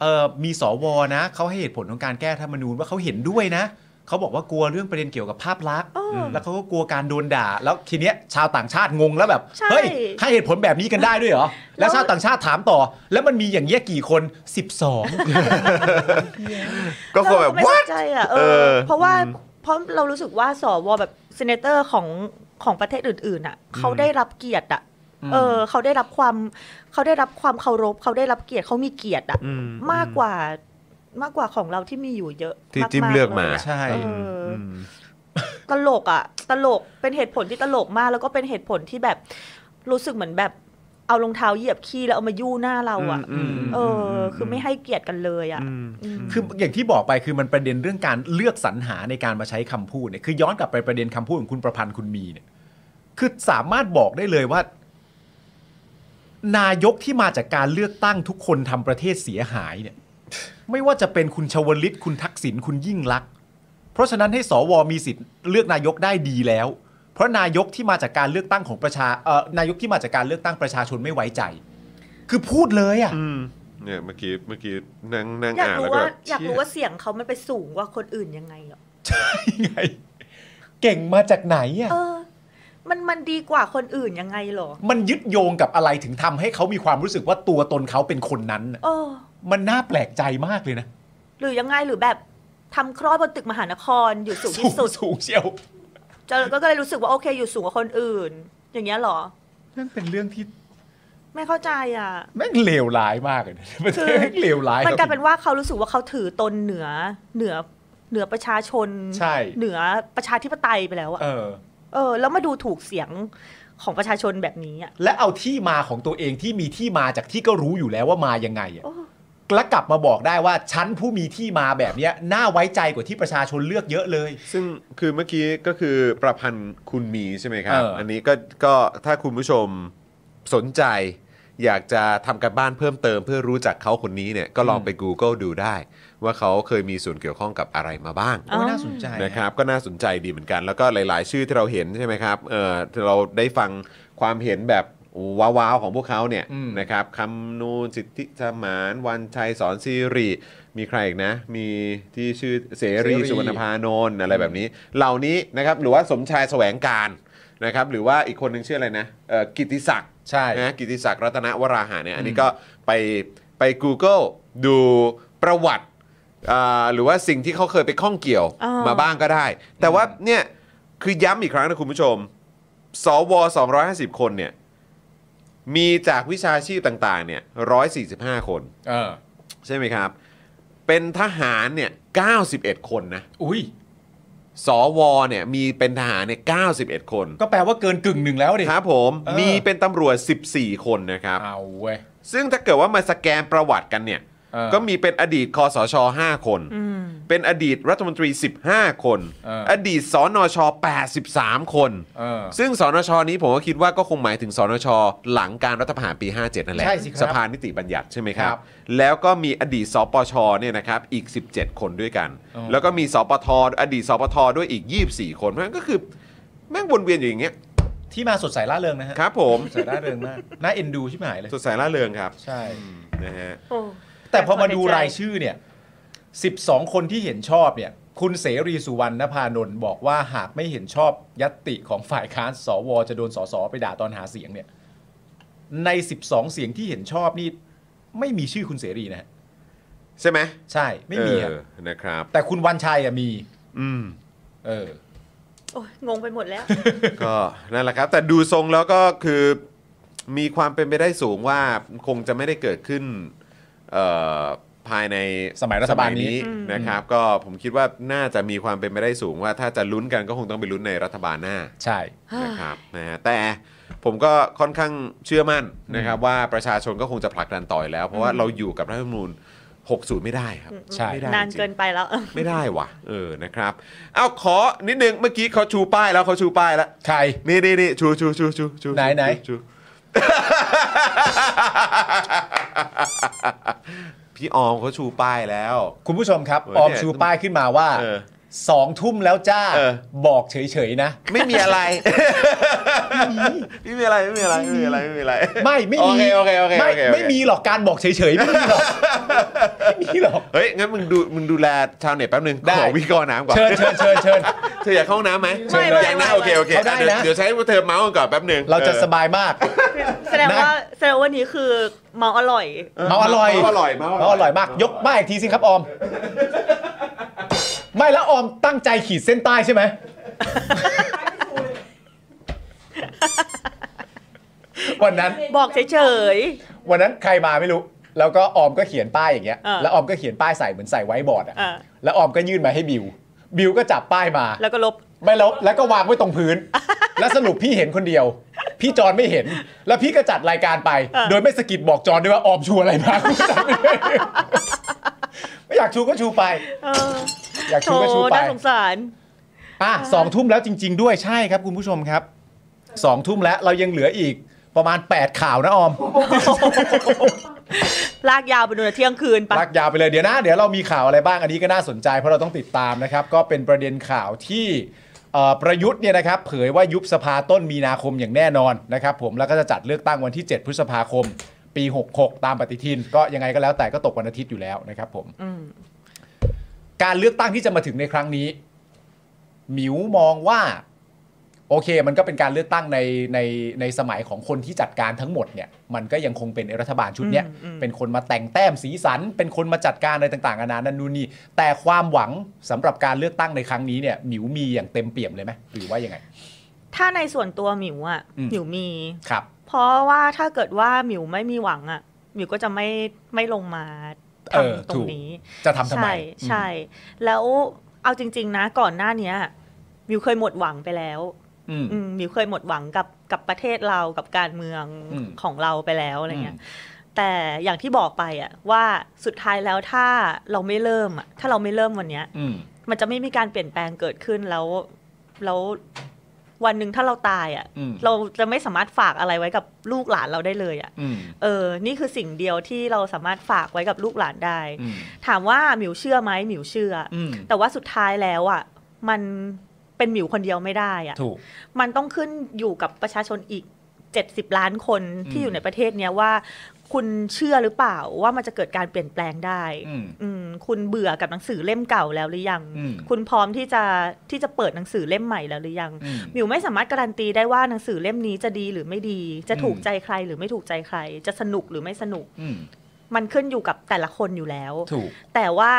เออมีสวนะเขาให้เหตุผลของการแก้รัฐธรรมนูญว่าเขาเห็นด้วยนะเขาบอกว่ากลัวเรื่องประเด็นเกี่ยวกับภาพลักษณ์ เออ แล้วเขาก็กลัวการโดนด่า แล้วทีเนี้ยชาวต่างชาติงงแล้วแบบ ใช่ เฮ้ยให้เหตุผลแบบนี้กันได้ด้วยเหรอ แล้ แล้ว วชาวต่างชาติถามต่อ แล้วมันมีอย่างเงี้ยกี่คน 12 ก็คงแบบ เราไม่ what เข้าใจอ่ะเอ เอ อ อ เพราะว่าเพราะเรารู้สึกว่าสวแบบเซเนเตอร์ของของประเทศอื่นๆอ่ะเขาได้รับเกียรติอ่ะเออเขาได้รับความเขาได้รับความเคารพเขาได้รับเกียรติเขามีเกียรติอ่ะ อืม มากกว่ามากกว่าของเราที่มีอยู่เยอะ ที่จิ้มเลือกมา ยะ ใช่ เอออ อืม ตลกอะ่ะ ตลกเป็นเหตุผลที่ตลกมาก แล้วก็เป็นเหตุผลที่แบบรู้สึกเหมือนแบบเอารองเท้าเหยียบขี้แล้วเอามายู่หน้าเราอะ่ะ อืมอืม เอออ ม คือไม่ให้เกียรติกันเลยอะ่ะ อืม อืม คืออย่างที่บอกไปคือมันประเด็นเรื่องการเลือกสรรหาในการมาใช้คำพูดเนี่ยคือย้อนกลับไปประเด็นคำพูดของคุณประพันธ์คุณมีเนี่ยคือสามารถบอกได้เลยว่า นายกที่มาจากการเลือกตั้งทุกคนทำประเทศเสียหายเนี่ย ไม่ว่าจะเป็นคุณชวลิตคุณทักษิณคุณยิ่งลักษณ์เพราะฉะนั้นให้สวมีสิทธิ์เลือกนายกได้ดีแล้ว เพราะนายกที่มาจากการเลือกตั้งของประชาเอ่อนายกที่มาจากการเลือกตั้งประชาชนไม่ไว้ใจ คือพูดเลยอ่ะ เนี่ยเมื่อกี้เมื่อกี้นั่งนั่ง อยาก อ่าน รู้ แล้วก็ ว่า แบบ อยากรู้ว่าเสียงเขามันไปสูงกว่าคนอื่นยังไงเหรอ ยังไงเก่งมาจากไหนอ่ะ เออ มันมันดีกว่าคนอื่นยังไงเหรอ มันยึดโยงกับอะไรถึงทำให้เขามีความรู้สึกว่าตัวตนเขาเป็นคนนั้นน่ะ เออ มันน่าแปลกใจมากเลยนะ หรือยังไงหรือแบบทำคลอดบนตึกมหานครอยู่สูงที่สุด สูงเชียว จะก็ก็เลยรู้สึกว่าโอเค อยู่สูงกว่าคนอื่น อย่างเงี้ยเหรอ นั่นเป็นเรื่องที่ ไม่เข้าใจอ่ะ แม่งเลวร้ายมากเลยนะมัน คือ แม่งเลวร้าย มันกลาย ค เป็ รับ นว่าเขารู้สึกว่าเขาถือตนเหนือเหนือเหนือประชาชน ใช่ เหนือประชาธิปไตยไปแล้วอะ เออ เออ แล้วมาดูถูกเสียง ของประชาชนแบบนี้อ่ะ และเอาที่มาของตัวเองที่มีที่มาจากที่ก็รู้อยู่แล้วว่ามายังไงอะ โอ้ แล้วกลับมาบอกได้ว่าฉันผู้มีที่มาแบบเนี้ยน่าไว้ใจกว่าที่ประชาชนเลือกเยอะเลย ซึ่งคือเมื่อกี้ก็คือประพันธ์คุณมีใช่ไหมครับ เอออั อันนี้ก็ก็ถ้าคุณผู้ชมสนใจ อยากจะทำการบ้านเพิ่มเติม เพื่อรู้จักเขาคนนี้เนี่ยก็ลอง อืม ไป Google ดูได้ ว่าเขาเคยมีส่วนเกี่ยวข้องกับอะไรมาบ้าง โอ้ยน่าสนใจ นะครับก็น่าสนใจดีเหมือนกัน แล้วก็หลาย ๆ ชื่อที่เราเห็นใช่ไหมครับเออเราได้ฟังความเห็นแบบว้าวๆของพวกเขาเนี่ย อืม นะครับคำนูนสิทธิสมานวันชัยสอนซีรี มีใครอีกนะ มีที่ชื่อเสรีสุวรรณพานนท์อะไรแบบนี้ เหล่านี้นะครับหรือว่าสมชายแสวงการนะครับหรือว่าอีกคนหนึ่งชื่ออะไรนะเอ่อกิตติศักดิ ใช่ นะกิติศักดิ์รัตนวราหะเนี่ยอันนี้ก็ไปไป Google ดูประวัติอ่าหรือว่าสิ่งที่เขาเคยไปข้องเกี่ยว อ่าม มาบ้างก็ได้ แต่ว่าเนี่ยคือย้ำอีกครั้งนะคุณผู้ชม สว 250 คนเนี่ยมีจากวิชาชีพต่างๆเนี่ย145 คน เออ ใช่ไหมครับ เป็นทหารเนี่ย91 คนนะ อุ้ย สวเนี่ยมีเป็นทหารเนี่ย91 คน ก็แปลว่าเกินกึ่งหนึ่งแล้วดิ ครับผม เออ มีเป็นตำรวจ 14 คนนะครับ เอาเว้ย ซึ่งถ้าเกิดว่ามาสแกนประวัติกันเนี่ย เออ ก็มีเป็นอดีตคอสช 5 คน อืม เป็นอดีตรัฐมนตรี 15 คน เออ ดีตสนช 83 คน เออ ซึ่งสนช นี้ผมก็คิดว่าก็คงหมายถึงสนช หลังการรัฐประหารปี 57 นั่นแหละ ใช่สิครับ สภานิติบัญญัติใช่ไหมครั ครับ บ แล้วก็มีอดีตสปชเนี่ยนะครับอีก 17 คนด้วยกัน อ๋อ แล้วก็มีสปทอดีตสปทด้วยอีก 24 คนเพราะฉะนั้นก็คือแม่งวนเวียนอยู่อย่างเงี้ย ที่มาสดใสร่าเริงนะฮะ ครับผม สดใสร่าเริงมาก น่าเอ็นดูชิบหายเลย สดใสร่าเริงครับ ใช่ นะฮะ โอ้ แต่พอมาดูรายชื่อเนี่ย 12 คนที่เห็นชอบเนี่ย คุณเสรีสุวรรณพานนท์บอกว่าหากไม่เห็นชอบยัตติของฝ่ายค้านสว จะโดนสสไปด่าตอนหาเสียงเนี่ย ใน 12 เสียงที่เห็นชอบนี่ ไม่มีชื่อคุณเสรีนะฮะ ใช่ไหม ใช่ไม่มีอะ เออนะครับ แต่คุณวันชัยอะมี อืม เออ โอ้ยงงไปหมดแล้ว ก็นั่นแหละครับ แต่ดูทรงแล้วก็คือมีความเป็นไปได้สูงว่าคงจะไม่ได้เกิดขึ้นเอ่อภายใน สมัยรัฐบาลนี้ สมัยนะครับ ก็ผมคิดว่าน่าจะมีความเป็นไปได้สูงว่าถ้าจะลุ้นกันก็คงต้องไปลุ้นในรัฐบาลหน้า ใช่ นะครับนะฮะแต่ผมก็ค่อนข้างเชื่อมั่นนะครับ ว่าประชาชนก็คงจะผลักดันต่อยแล้ว เพราะว่าเราอยู่กับรัฐธรรมนูญ 60 ไม่ได้ครับ ใช่ ไม่ได้ นาน จริง เกินไปแล้ว ไม่ได้ว่ะเออนะครับเอาขอนิดนึงเมื่อกี้เขาชูป้ายแล้วเขาชูป้ายแล้ว ใคร นี่นี่นี่ชูชูชูชูชู ไหนไหน ชูชูพี่ออมเขาชูป้ายแล้ว คุณผู้ชมครับ เอ อ อ อม เนี่ย ชูป้ายขึ้นมาว่า เออ สองทุ่มแล้วจ้า เออ บอกเฉย ๆ นะ ไม่มี อะไร ไม่มีอะไรไม่มีอะไรไม่มีอะไรไม่มีอะไร ไม่ไม่มี โอเคโอเคโอเค ไม่ โอเคโอเค ไม่มีหรอกการบอกเฉย ๆ ไม่มีหรอกไม่มีหรอก เฮ้ยงั้นมึงดูมึงดูแลชาวเน็ตแป๊บนึง ได้ ขอวิกรณ์น้ำก่อน เชิญเชิญเชิญเชิญ เธออยากเข้าห้องน้ำไหม ไม่ไม่ อยากนะ ไม่ โอเคโอเค เขาได้ ยว นะ เดี๋ยวใช้พวกเธอเมาส์กันก่อนแป๊บนึง เราจะ ออ สบายมาก แสดงว่าแสดงว่านี้คือเมาอร่อย เมาอร่อย เมาอร่อยเมา เมาอร่อยมาก ยกป้ายอีกทีสิครับออม ไม่แล้วออมตั้งใจขีดเส้นใต้ใช่ไหมวันนั้น บอกเฉย วันนั้นใครมาไม่รู้ แล้วก็ออมก็เขียนป้ายอย่างเงี้ย เออ แล้วออมก็เขียนป้ายใส่เหมือนใส่ไว้บอร์ดอะ เออ แล้วออมก็ยื่นมาให้บิว บิวก็จับป้ายมา ๆ แล้วก็ลบ ไม่ลบแล้วก็วางไว้ตรงพื้น แล้วสรุปพี่เห็นคนเดียว พี่จอนไม่เห็น แล้วพี่ก็จัดรายการไป เออ โดยไม่สะกิดบอกจอนด้วยว่าออมชูอะไรมา ไม่อยากชูก็ชูไป เออ อยาก โถ ชูก็ชูไป น่าสงสาร อ่ะสองทุ่มแล้วจริง ๆ ด้วยใช่ครับคุณผู้ชมครับสองทุ่มแล้วเรายังเหลืออีกประมาณ 8 ข่าวนะออม ลากยาวไปดูนะเที่ยงคืนปะ ลากยาวไปเลยเดี๋ยวนะเดี๋ยวเรามีข่าวอะไรบ้างอันนี้ก็น่าสนใจเพราะเราต้องติดตามนะครับ ก็เป็นประเด็นข่าวที่เอ่อประยุทธ์เนี่ยนะครับ เผยว่ายุบสภาต้นมีนาคมอย่างแน่นอนนะครับผมแล้วก็จะจัดเลือกตั้งวันที่ 7 พฤษภาคม ปี 66 ตามปฏิทิน ก็ยังไงก็แล้วแต่ก็ตกวันอาทิตย์อยู่แล้วนะครับผม อืม การเลือกตั้งที่จะมาถึงในครั้งนี้หมิวมองว่า โอเค มันก็เป็นการเลือกตั้งในในในสมัยของคนที่จัดการทั้งหมดเนี่ยมันก็ยังคงเป็นไอ้รัฐบาลชุดเนี้ย อืมอืม เป็นคนมาแต่งแต้มสีสัน เป็นคนมาจัดการอะไรต่างๆนานานั่นนู่นนี่แต่ความหวังสำหรับการเลือกตั้งในครั้งนี้เนี่ยหมิวมีอย่างเต็มเปี่ยมเลยไหมหรือว่ายังไง ถ้าในส่วนตัวหมิวอ่ะ อืม หมิวมี ครับ เพราะว่าถ้าเกิดว่าหมิวไม่มีหวังอ่ะหมิวก็จะไม่ไม่ลงมา เออ ทำตร ถู ง ก นี้ จะทำทำไม ใช่ใช่ แล้วเอาจริง ๆ นะ ก่อนหน้าเนี้ยมิวเคยหมดหวังไปแล้ว อืม อืมหมิวเคยหมดหวังกับกับประเทศเรากับการเมือง อืม ของเราไปแล้วอะไรเงี้ยแต่อย่างที่บอกไปอะว่าสุดท้ายแล้วถ้าเราไม่เริ่มอะถ้าเราไม่เริ่มวันเนี้ย อืม มันจะไม่มีการเปลี่ยนแปลงเกิดขึ้นแล้วแล้ววันหนึ่งถ้าเราตายอะ อืม เราจะไม่สามารถฝากอะไรไว้กับลูกหลานเราได้เลยอะ อืม เออ นี่คือสิ่งเดียวที่เราสามารถฝากไว้กับลูกหลานได้ อืม ถามว่าหมิวเชื่อไหมหมิวเชื่ออ อืม แต่ว่าสุดท้ายแล้วอะมันเป็นหมิวคนเดียวไม่ได้อะ ถูก มันต้องขึ้นอยู่กับประชาชนอีก 70 ล้านคนที่ อืม อยู่ในประเทศเนี้ยว่า คุณเชื่อหรือเปล่าว่ามันจะเกิดการเปลี่ยนแปลงได้ อืม อืมคุณเบื่อกับหนังสือเล่มเก่าแล้วหรือยัง อืม คุณพร้อมที่จะที่จะเปิดหนังสือเล่มใหม่แล้วหรือยัง อืม มิวไม่สามารถการันตีได้ว่าหนังสือเล่มนี้จะดีหรือไม่ดี จะ อืม ถูกใจใครหรือไม่ถูกใจใคร จะสนุกหรือไม่สนุก อืม มันขึ้นอยู่กับแต่ละคนอยู่แล้ว ถูก แต่ว่า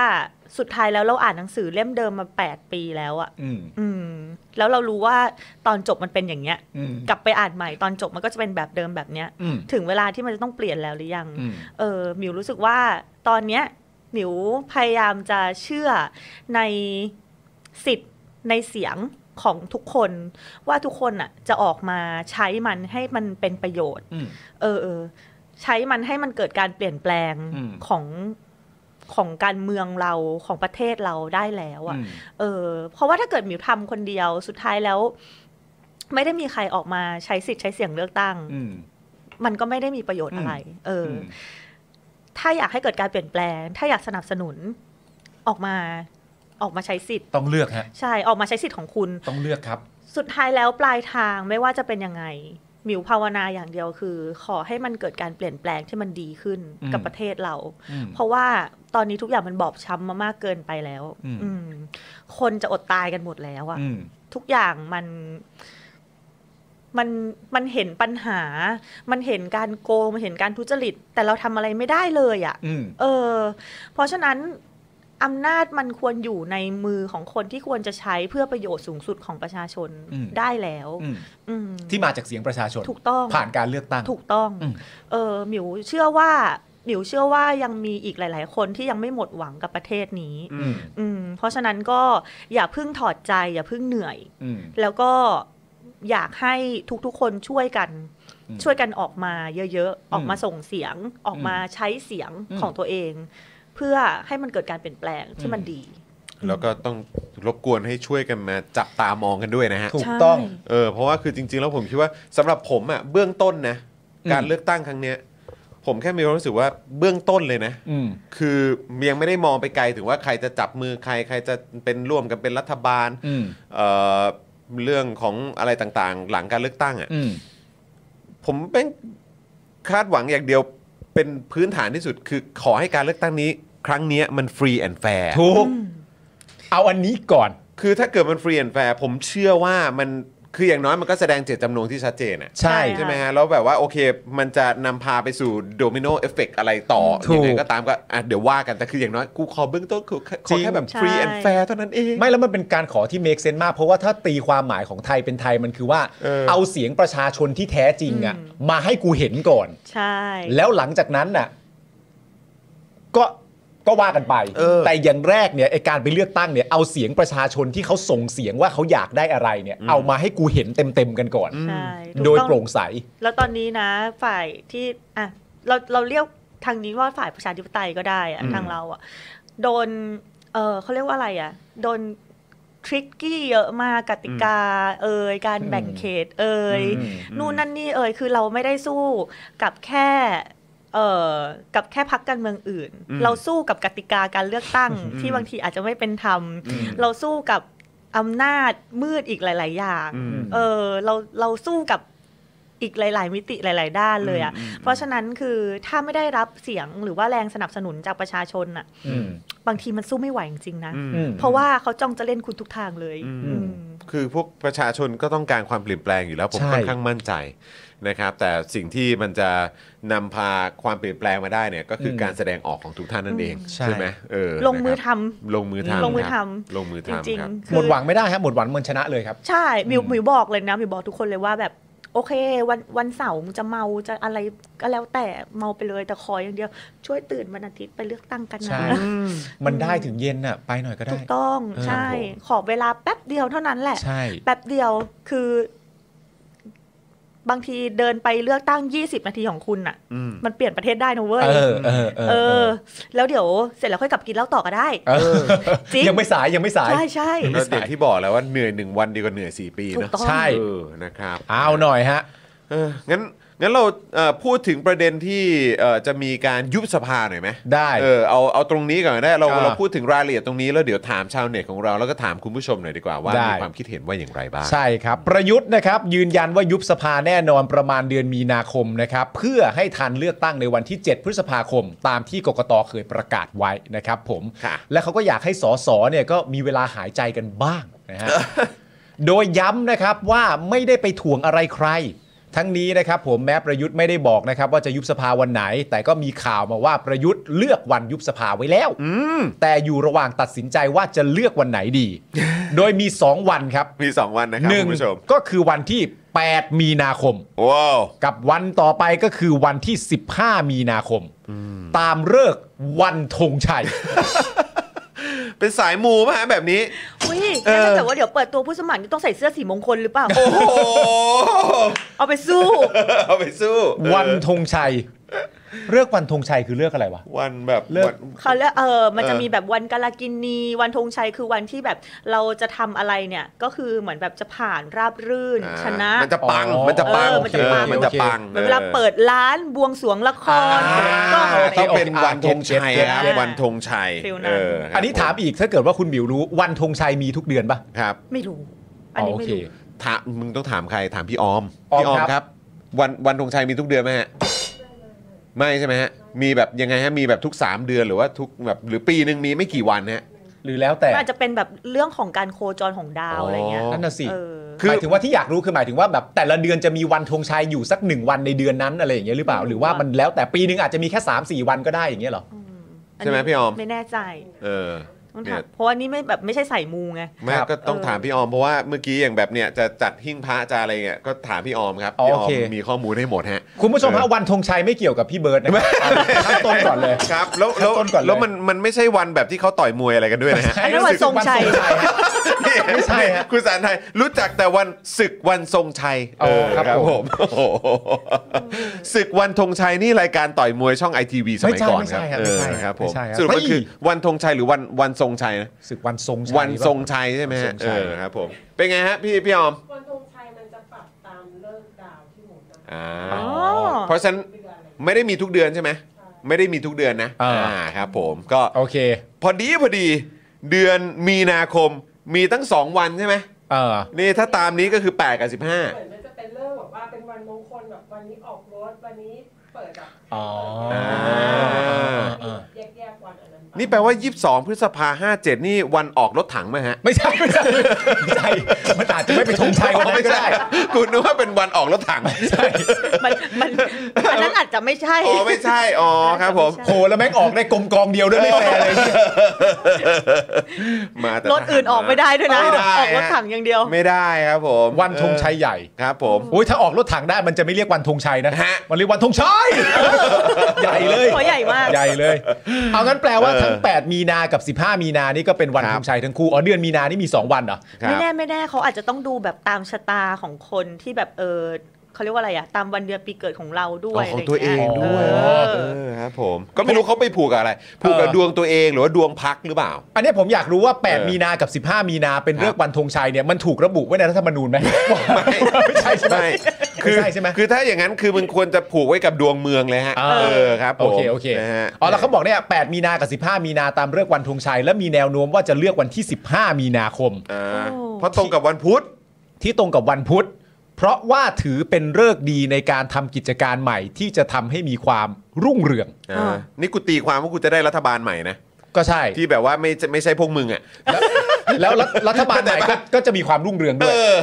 สุดท้ายแล้วเราอ่านหนังสือเล่มเดิมมาแปดปีแล้วอะ อืม อืม แล้วเรารู้ว่าตอนจบมันเป็นอย่างเงี้ย อืม กลับไปอ่านใหม่ตอนจบมันก็จะเป็นแบบเดิมแบบเนี้ย อืม ถึงเวลาที่มันจะต้องเปลี่ยนแล้วหรือยัง อืม เออหมิวรู้สึกว่าตอนเนี้ยหมิวพยายามจะเชื่อในสิทธิ์ในเสียงของทุกคน ว่าทุกคนอ่ะจะออกมาใช้มันให้มันเป็นประโยชน์ อืม เออเออใช้มันให้มันเกิดการเปลี่ยนแปลง อืม ของของการเมืองเราของประเทศเราได้แล้วอ่ะ อืม เออเพราะว่าถ้าเกิดหมิวทำคนเดียวสุดท้ายแล้ว ไม่ได้มีใครออกมาใช้สิทธิ์ใช้เสียงเลือกตั้ง อืม มันก็ไม่ได้มีประโยชน์อะไร เออ อื อ ม ถ้าอยากให้เกิดการเปลี่ยนแปลง ถ้าอยากสนับสนุนออกมาออกมาใช้สิทธิ์ ต้องเลือกฮะ ใช่ออกมาใช้สิทธิ์ของคุณ ต้องเลือกครับ สุดท้ายแล้วปลายทางไม่ว่าจะเป็นยังไงหมิวภาวนาอย่างเดียวคือ ขอให้มันเกิดการเปลี่ยนแปลงที่มันดีขึ้น อืม กับประเทศเรา อืม เพราะว่าตอนนี้ทุกอย่างมันบอบช้ำมามากเกินไปแล้ว อืม อืมคนจะอดตายกันหมดแล้วอะ อืม ทุกอย่างมันมันมันเห็นปัญหา มันเห็นการโกงมันเห็นการทุจริต แต่เราทำอะไรไม่ได้เลยอะ่ะ อืม เออ เพราะฉะนั้นอำนาจมันควรอยู่ในมือของคนที่ควรจะใช้เพื่อประโยชน์สูงสุดของประชาชน อืม ได้แล้ว อืม อืม ที่มาจากเสียงประชาชน ถูกต้อง ผ่านการเลือกตั้ง ถูกต้อง อืม เออหมิวเชื่อว่าหมิวเชื่อว่ายังมีอีกหลาย ๆ คนที่ยังไม่หมดหวังกับประเทศนี้ อืม อืม เพราะฉะนั้นก็อย่าเพิ่งถอดใจ อย่าเพิ่งเหนื่อย อืม แล้วก็อยากให้ทุกๆ คนช่วยกัน อืม ช่วยกันออกมาเยอะๆ ออกมา อืม ส่งเสียงออกมาใช้เสียง อืม ของตัวเอง เพื่อให้มันเกิดการเปลี่ยนแปลงที่มัน อืม ดี แล้วก็ต้องรบกวนให้ช่วยกันมาจับตามองกันด้วยนะฮะ ถูกต้อง เออเพราะว่าคือจริง ๆ แล้วผมคิดว่าสำหรับผมอะ่ะเบื้องต้นนะ อืม การเลือกตั้งครั้งเนี้ย ผมแค่มีความรู้สึกว่าเบื้องต้นเลยนะ อืม คือยังไม่ได้มองไปไกลถึงว่าใครจะจับมือใครใครจะเป็นร่วมกันเป็นรัฐบาล อืม เอ่อเรื่องของอะไรต่างๆ หลังการเลือกตั้งอะ่ะ อืม ผมเป็นคาดหวังอย่างเดียวเป็นพื้นฐานที่สุด คือขอให้การเลือกตั้งนี้ ครั้งเนี้ยมันฟรีแอนด์แฟร์ ถูก เอาอันนี้ก่อน คือถ้าเกิดมันฟรีแอนแฟร์ผมเชื่อว่ามันคืออย่างน้อยมันก็แสดงเจตจำนงที่ชัดเจนอะ ใช่ ใช่ ใช่ไหมฮะ แล้วแบบว่าโอเค มันจะนำพาไปสู่โดมิโนเอฟเฟกอะไรต่อ ถูก ยังไงก็ตามก็อ่ะเดี๋ยวว่ากัน แต่คืออย่างน้อยกูขอเบื้องต้นขอขอแค่แบบฟรีแอนแฟร์เท่านั้นเอง ไม่แล้วมันเป็นการขอที่ make sense มาก เพราะว่าถ้าตีความหมายของไทยเป็นไทยมันคือว่า เออ เอาเสียงประชาชนที่แท้จริงอ่ะ อืม มาให้กูเห็นก่อน ใช่ แล้วหลังจากนั้นน่ะ ก็ก็ว่ากันไป เออ แต่อย่างแรกเนี่ยไอการไปเลือกตั้งเนี่ยเอาเสียงประชาชนที่เขาส่งเสียงว่าเขาอยากได้อะไรเนี่ย อืม เอามาให้กูเห็นเต็มๆกันก่อน ใช่ถูก โดย ต้อง โปร่งใส แล้วตอนนี้นะ ฝ่ายที่อ่ะเราเราเรียกทางนี้ว่าฝ่ายประชาธิปไตยก็ได้อะ อืม ทางเราอ่ะโดน เออเขาเรียกว่าอะไรอ่ะโดนทริกกี้เยอะมากกติกา เอ่ยการแบ่ง อืม เขต เอ่ย อืม นู่นนั่นนี่เอ่ยคือเราไม่ได้สู้กับแค่เอ่อกับแค่พักการเมืองอื่น อืม เราสู้กับกติกาการเลือกตั้ง อืม ที่บางทีอาจจะไม่เป็นธรรม อืม เราสู้กับอำนาจมืดอีกหลาย ๆ อย่าง อืม เออเราเราสู้กับอีกหลาย ๆ มิติหลาย ๆ ด้านเลยอะ่ะ อืมอืม เพราะฉะนั้นคือถ้าไม่ได้รับเสียงหรือว่าแรงสนับสนุนจากประชาชนอ่ะ อืม บางทีมันสู้ไม่ไหวจริงๆนะ อืม อืม เพราะว่าเขาจ้องจะเล่นคุณทุกทางเลย อืม อืม คือพวกประชาชนก็ต้องการความเปลี่ยนแปลงอยู่แล้วผม ใช่ ค่อนข้างมั่นใจนะครับ แต่สิ่งที่มันจะนำพาความเปลี่ยนแปลงมาได้เนี่ยก็คือการแสดงออกของทุกท่านนั่นเอง ใช่ ใช่ไหมเออ ลงมือ นะครับ ทำ ลงมือทำ ลงมือ ครับ ทำ ลงมือ จ ทำ ริง ครับ ๆหคือ มดหวังไม่ได้ฮะหมดหวังมันชนะเลยครับ ใช่หมิว อืม หมิวบอกเลยนะหมิวบอกทุกคนเลยว่าแบบ โอเค วันวันเสาร์มึงจะเมาจะอะไรก็แล้วแต่เมาไปเลยแต่ขออย่างเดียว ช่วยตื่นวันอาทิตย์ไปเลือกตั้งกัน ใช่ นะ มันได้ถึงเย็นน่ะ ไปหน่อยก็ได้ ถูกต้อง เออ ใช่ ขอเวลาแป๊บเดียวเท่านั้นแหละ ใช่ แป๊บเดียวคือ บางทีเดินไปเลือกตั้งยี่สิบนาทีของคุณน่ะ อืม มันเปลี่ยนประเทศได้นะเว้ย เออเออเออ เออ แล้วเดี๋ยวเสร็จแล้วค่อยกลับกินเหล้าต่อก็ได้ เออ จริง ยังไม่สายยังไม่สาย ใช่ใช่ แล้วเด็กที่บอกแล้วว่าเหนื่อยหนึ่งวันดีกว่าเหนื่อยสี่ปี ถูก เนอะ ต้อง ใช่ เออนะครับ เอาหน่อยฮะ เอองั้นงั้นเราเอ่อพูดถึงประเด็นที่เอ่อจะมีการยุบสภาหน่อยไหม ได้ เออเอาเอาตรงนี้ก่อนได้เรา อ่า เราพูดถึงรายละเอียดตรงนี้แล้วเดี๋ยวถามชาวเน็ตของเราแล้วก็ถามคุณผู้ชมหน่อยดีกว่าว่า ได้ มีความคิดเห็นว่าอย่างไรบ้าง ใช่ครับ ประยุทธ์นะครับ ยืนยันว่ายุบสภาแน่นอนประมาณเดือนมีนาคมนะครับ เพื่อให้ทันเลือกตั้งในวันที่ 7 พฤษภาคม ตามที่กกตเคยประกาศไว้นะครับผม ค่ะ และเขาก็อยากให้สสเนี่ยก็มีเวลาหายใจกันบ้างนะ ฮะ โดยย้ำนะครับว่าไม่ได้ไปถ่วงอะไรใคร ทั้งนี้นะครับผมแม้ประยุทธ์ไม่ได้บอกนะครับว่าจะยุบสภาวันไหน แต่ก็มีข่าวมาว่าประยุทธ์เลือกวันยุบสภาไว้แล้ว อืม แต่อยู่ระหว่างตัดสินใจว่าจะเลือกวันไหนดี โดยมี 2 วันครับ มี 2 วันนะครับ หนึ่ง คุณผู้ชม ก็คือวันที่ 8 มีนาคม ว้าว กับวันต่อไปก็คือวันที่ 15 มีนาคม ตามเลิกษ์วันธงชัย เป็นสายมูมาฮะแบบนี้ อุ้ย เออ งั้นถ้าเกิดว่าเดี๋ยวเปิดตัวผู้สมัครนี่ต้องใส่เสื้อสีมงคลหรือเปล่า โอ้โห เอาไปสู้ เอาไปสู้ วัน เออ ธงชัยเลิกษ์วันธงชัยคือเลิกษ์อะไรวะ วันแบบ เลิก วัน เขาเรียกเออ มันจะ เออ มีแบบวันกาลากินีวันธงชัยคือวันที่แบบเราจะทำอะไรเนี่ย ก็คือเหมือนแบบจะผ่านราบรื่น อ่า ชนะ มันจะปัง อ๋อ มันจะปัง เออมันจะ เออ ปัง มันจะปัง เหมือนเวลาเปิดร้านบวงสรวงละคร อ่า เปิดกล้องอะไร ต้องเป็นวันธงชัยครับ เก็ตเก็ต วันธงชัย ฟิลนั้น เออครับ อันนี้ถามอีกถ้าเกิดว่าคุณบิวรู้วันธงชัยมีทุกเดือนปะ ครับ ไม่รู้ อันนี้ โอ ไม่ เค รู้ ถามมึงต้องถามใครถามพี่ออม ออม พี่ออม ครับ ครับ วันวันธงชัยมีทุกเดือนไหมฮะไม่ใช่ไหมฮะมีแบบยังไงฮะมีแบบทุก 3 เดือนหรือว่าทุกแบบหรือปีหนึ่งมีไม่กี่วันฮะ หรือแล้วแต่ มันอาจจะเป็นแบบเรื่องของการโคจรของดาวอะไรเงี้ย อ๋อ นั่นน่ะสิ เออ คือหมายถึงว่าที่อยากรู้คือหมายถึงว่าแบบแต่ละเดือนจะมีวันธงชัยอยู่สักหนึ่งวันในเดือนนั้นอะไรอย่างเงี้ยหรือเปล่าหรือว่ามันแล้วแต่ปีนึงอาจจะมีแค่สามสี่วันก็ได้อย่างเงี้ยเหรอ อืม ใช่ไหมพี่ออม ไม่แน่ใจ เออ ต้อง เนี่ ถาม ย เพราะว่านี่ไม่แบบไม่ใช่ใส่มูไง แม่ ครับ ก็ต้องถามพี่ออมเพราะว่าเมื่อกี้อย่างแบบเนี่ยจะจัดหิ้งพระจะอะไรเงี้ยก็ถามพี่ออมครับ อ๋อ พี่ออม โอเค มีข้อมูลให้หมดฮะ คุณผู้ชม เอ ฮะ อ วันธงชัยไม่เกี่ยวกับพี่เบิร์ดนะครับตั้งต้นก่อนเลย ครับ แล้วแล้ว ขั้นต้นก่อนเลย แล้วมันมันไม่ใช่วันแบบที่เขาต่อยมวยอะไรกันด้วยนะฮะ อันนั้นวันธงชัย ฮะ ไม่ใช่ฮะ คุณสารไทยรู้จักแต่วันศึกวันทรงชัย อ๋อครับผม โอ้โหศึกวันธงชัยนี่รายการต่อยมวยช่องไอทีวีสมัยก่อน ไม่ ครั ใช่ บ ไม่ใช่ เออ ค ค รั รั บบ ผม ไม่ใช่ครับ สรุปก็ ไม่ คือวันธงชัยหรือวันวันทรงชัยนะ ศึกวันทรงชัย วันทรงชัยใช่ไหมฮะเออครับผมเป็นไงฮะพี่พี่ออม วันธงชัยมันจะปรับตามเลิกดาวที่หมุนนะ อ่า อ๋อ เพราะฉะนั้น เดือนอะไร ไม่ได้มีทุกเดือนใช่ไหมไม่ได้มีทุกเดือนนะครับผมก็ โอเค พอดีพอดีเดือนมีนาคมมีตั้งสองวันใช่ไหม เออ นี่ถ้าตามนี้ก็คือ 8 กับ เหมือนมันจะเป็นเลิกแบบว่าเป็นวันมงคลแบบวันนี้ออกรถวันนี้เปิดแบบ อ๋อ เปิดแบบ อ่า แยกแยกๆวันอันนั้นไป 15 นี่แปลว่า 22 พฤษภา57 นี่วันออกรถถังไหมฮะ ไม่ใช่ไม่ใช่ไม่ใช่มันอาจจะไม่เป็นธงชัยวันนั้นก็ได้ คุณนึกว่าเป็นวันออกรถถัง มันมันอันนั้นอาจจะไม่ใช่ อ๋อไม่ใช่ อ๋อครับผม โหแล้วแม่งออกได้กลมกองเดียวด้วยไม่แฟร์เลย มาแต่ รถอื่นออกไม่ได้ด้วยนะ ไม่ได้ ออกรถถังอย่างเดียว ไม่ได้ครับผม วันธงชัยใหญ่ ครับผม โอ้ยถ้าออกรถถังได้มันจะไม่เรียกวันธงชัยนะ ฮะ มันเรียกวันธงชัยใหญ่เลย โอ้ยใหญ่มาก ใหญ่เลย เอางั้นแปลว่าทั้ง เออ 8 มีนากับ 15 มีนานี่ก็เป็นวัน ครั ธ บ งชัยทั้งคู่อ๋อเดือนมีนานี่มีสองวันเหรอ ค ไม่ รับ แน่ไม่แน่เขาอาจจะต้องดูแบบตามชะตาของคนที่แบบเออเขาเรียกว่าอะไรอะตามวันเดือนปีเกิดของเราด้วย อ๋อของตัวเองด้วย เออ เออครับผม ก็ไม่รู้เขาไปผูกกับอะไร ผูกกับ เออ ดวงตัวเองหรือว่าดวงพักหรือเปล่า อันเนี้ยผมอยากรู้ว่า เออ 8 มีนากับ 15 มีนาเป็น ครับ เรื่องวันธงชัยเนี่ยมันถูกระบุไว้ในรัฐธรรมนู ญไหม ไม่ใช่ใช่ไหม ไม่คือ ไม่ใช่ใช่ไหม คือถ้าอย่างนั้นคือมันควรจะผูกไว้กับดวงเมืองเลยฮะ เอ เออครับผม โอเคโอเค นะฮะ อ๋อแล้วเขาบอกเนี่ย8มีนากับ 15 มีนาตามเลือกวันธงชัย และมีแนวโน้มว่าจะเลือกวันที่ 15 มีนาคม อ่า โอ้ เพราะตรงกับวันพุธ ที่ตรงกับวันพุธ เพราะว่าถือเป็นฤกษ์ดีในการทำกิจการใหม่ที่จะทำให้มีความรุ่งเรือง อ่า นี่กูตีความว่ากูจะได้รัฐบาลใหม่นะ ก็ใช่ ที่แบบว่าไม่ไม่ใช่พวกมึงอ่ะ แล้วแล้วรัฐรัฐบาลใหม่ก็ก็จะมีความรุ่งเรืองด้วเอยอ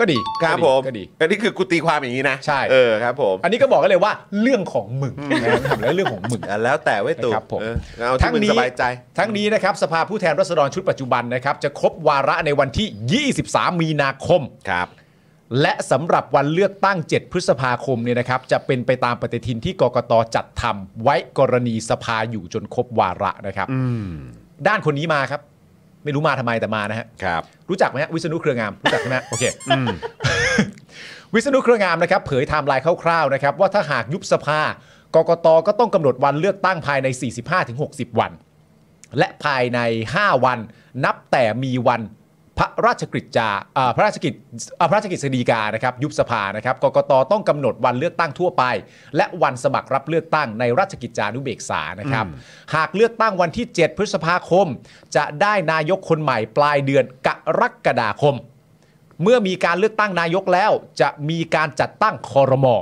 ก็ดี ครับ ก็ดี ผม ก็ดี อันนี้คือกูตีความอย่างนี้นะ ใช่ เออครับผม อันนี้ก็บอกกันเลยว่าเรื่องของมึงนะครับ ทำแล้วเรื่องของมึง อ่ะแล้วแต่ไว้ยตู่ นะครับผม เออเอาที่มึงสบายใจ ทั้งนี้นะครับสภาผู้แทนราษฎรชุดปัจจุบันนะครับจะครบวาระในวันที่ 23 มีนาคม ครับ และสำหรับวันเลือกตั้ง 7 พฤษภาคมเนี่ยนะครับจะเป็นไปตามปฏิทินที่กกตจัดทำไว้กรณีสภาอยู่จนครบวาระนะครับ อืม ด้านคนนี้มาครับ ไม่รู้มาทำไมแต่มานะฮะ ครับ รู้จักไหมฮะวิษณุเครืองามรู้จักใช่ไหมฮะโอเควิษณุเครืองามนะครับเผยไทม์ไลน์คร่าวๆนะครับว่าถ้าหากยุบสภากกตก็ต้องกำหนดวันเลือกตั้งภายใน 45-60 วัน และภายใน 5 วัน นับแต่มีวันพระราชกฤษจาเอ่อพระราชกิจเอ่อพระราชกิจสีกานะครับยุบสภานะครับกกตต้องกำหนดวันเลือกตั้งทั่วไป และวันสมัครรับเลือกตั้งในราชกิจจานุเบกษานะครับ หากเลือกตั้งวันที่ 7 พฤษภาคม จะได้นายกคนใหม่ปลายเดือนกรกฎาคม เมื่อมีการเลือกตั้งนายกแล้ว จะมีการจัดตั้งคอรมอ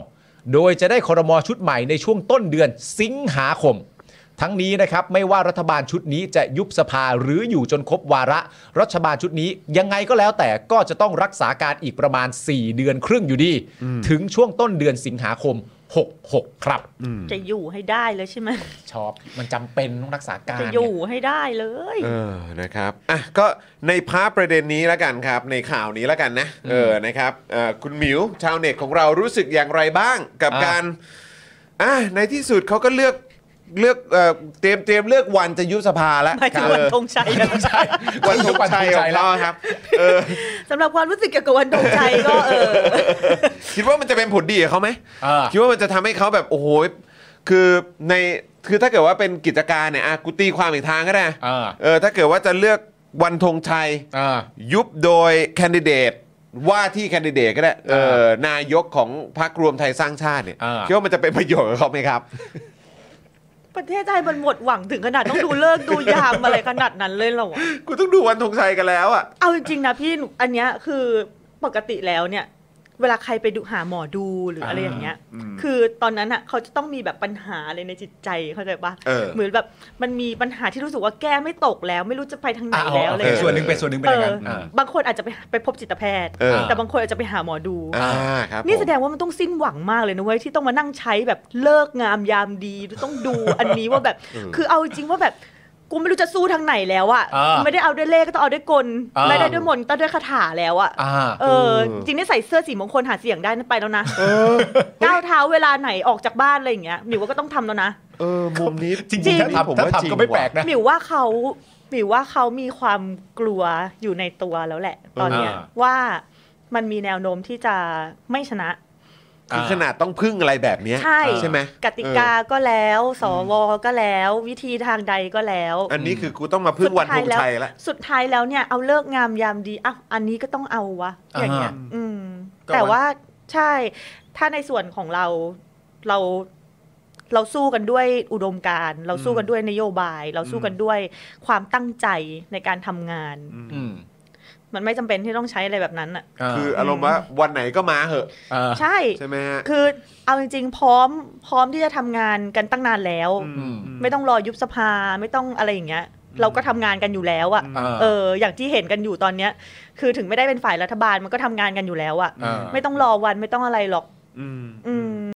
โดยจะได้คอรมอชุดใหม่ในช่วงต้นเดือนสิงหาคม ทั้งนี้นะครับไม่ว่ารัฐบาลชุดนี้จะยุบสภาหรืออยู่จนครบวาระ รัฐบาลชุดนี้ยังไงก็แล้วแต่ก็จะต้องรักษาการอีกประมาณ 4 เดือนครึ่งอยู่ดี ถึงช่วงต้นเดือนสิงหาคม 66 ครับ จะอยู่ให้ได้เลยใช่ไหม ชอบมันจำเป็นต้องรักษาการ จะ เนี่ย อยู่ให้ได้เลย เออ นะครับ อ่ะ ก็ในพาร์ทประเด็นนี้แล้วกันครับ ในข่าวนี้แล้วกันนะ เออ นะครับเอ่อคุณหมิว ชาวเน็ตของเรารู้สึกอย่างไรบ้างกับ อ่ะ การ อ่ะ ในที่สุดเขาก็เลือก เลือกเอ่อเตรียมเตรียมเลือกวันจะยุบสภาแล้ว หมายถึงวันธงชัย วันธงชัยวันธงชัยของเราครับ เออ สำหรับความรู้สึกเกี่ยวกับวันดวงใจก็เออ คิดว่ามันจะเป็นผลดีกับเขาไหม เออ คิดว่ามันจะทำให้เขาแบบ โอ้โห คือใน คือถ้าเกิดว่าเป็นกิจการเนี่ยอ่ะกูตีความอีกทางก็ได้ เออ เออ ถ้าเกิดว่าจะเลือกวันธงชัย อ่า ยุบโดยแคนดิเดตว่าที่แคนดิเดตก็ได้เอ เอ อนายกของพรรครวมไทยสร้างชาติเนี่ย เออ คิดว่ามันจะเป็นประโยชน์กับเขาไหมครับ ประเทศไทยมันหมดหวังถึงขนาดต้องดูเลิกษ์ดูยามอะไรขนาดนั้นเลยเหรอวะ กูต้องดูวันธงชัยกันแล้วอ่ะ เอาจริงๆนะพี่หนูอันเนี้ยคือปกติแล้วเนี่ย เวลาใครไปดูหาหมอดูหรืออะไรอย่างเงี้ย คือตอนนั้นอ่ะเขาจะต้องมีแบบปัญหาอะไรในจิตใจเข้าใจปะ เออ เหมือนแบบมันมีปัญหาที่รู้สึกว่าแก้ไม่ตกแล้ว ไม่รู้จะไปทางไหน อ่า แล้วอะไรอ เป็ ย่าน ง ส่วนหนึ่เงี้ยงเป็นส่วนหนึ่งเป็น เอ อย่าง อ นั้นอ่า บางคนอาจจะไปไปพบจิตแพทย์ เออ แต่บางคนอาจจะไปหาหมอดู อ่าครับ นี่แสด ผม งว่ามันต้องสิ้นหวังมากเลยนะเว้ยที่ต้องมานั่งใช้แบบเลิกงามยามดีต้องดูอันนี้ว่าแบบ คือเอาจริงว่าแบบกูไม่รู้จะสู้ทางไหนแล้วอะ อ่า ไม่ได้เอาด้วยเลขก็ต้องเอาด้วยกล อ่า ไม่ได้ด้วยมนต์ต้องด้วยคาถาแล้วอะ อ่า เออจริงได้ใส่เสื้อสีมงคลหาเสียงได้นั่นไปแล้วนะก้าวเท้าเวลาไหนออกจากบ้านอะไรอย่างเงี้ยหมิวว่าก็ต้องทำแล้วนะ เออมุมนี้ จริง จริง ๆถ้าทำถ้าทำก็ไม่แปลกนะ หมิวว่าเขาหมิวว่าเขามีความกลัวอยู่ในตัวแล้วแหละ ตอนเนี้ย อ่า ว่ามันมีแนวโน้มที่จะไม่ชนะ คือขนาดต้องพึ่งอะไรแบบเนี้ย ใช่ ใช่ไหม กติกาก็แล้ว สวก็แล้ว วิธีทางใดก็แล้ว เอออันนี้คือกูต้องมาพึ่งวันธงชัยละ สุดท้ายแล้วเนี่ยเอาเลิกษ์งามยามดีอ่ะอันนี้ก็ต้องเอาวะอย่างเงี้ย อ่า อืม ก็ แต่ว่าใช่ ถ้าในส่วนของเราเราเราสู้กันด้วยอุดมการณ์ เราสู้กันด้วยนโยบาย เราสู้กันด้วยความตั้งใจในการทำงาน อืม มันไม่จำเป็นที่ต้องใช้อะไรแบบนั้นอ่ะ า คืออารมณ์ว่าวันไหนก็มาเหอะ อ่า ใช่ ใช่ไหมฮะ คือเอาจริงๆพร้อม พร้อมที่จะทำงานกันตั้งนานแล้ว อืม ไม่ต้องรอยุบสภาไม่ต้องอะไรอย่างเงี้ย เราก็ทำงานกันอยู่แล้วอะ อ่า เออ อย่างที่เห็นกันอยู่ตอนเนี้ย คือถึงไม่ได้เป็นฝ่ายรัฐบาลมันก็ทำงานกันอยู่แล้วอะ อ่า ไม่ต้องรอวันไม่ต้องอะไรหรอก ม อืม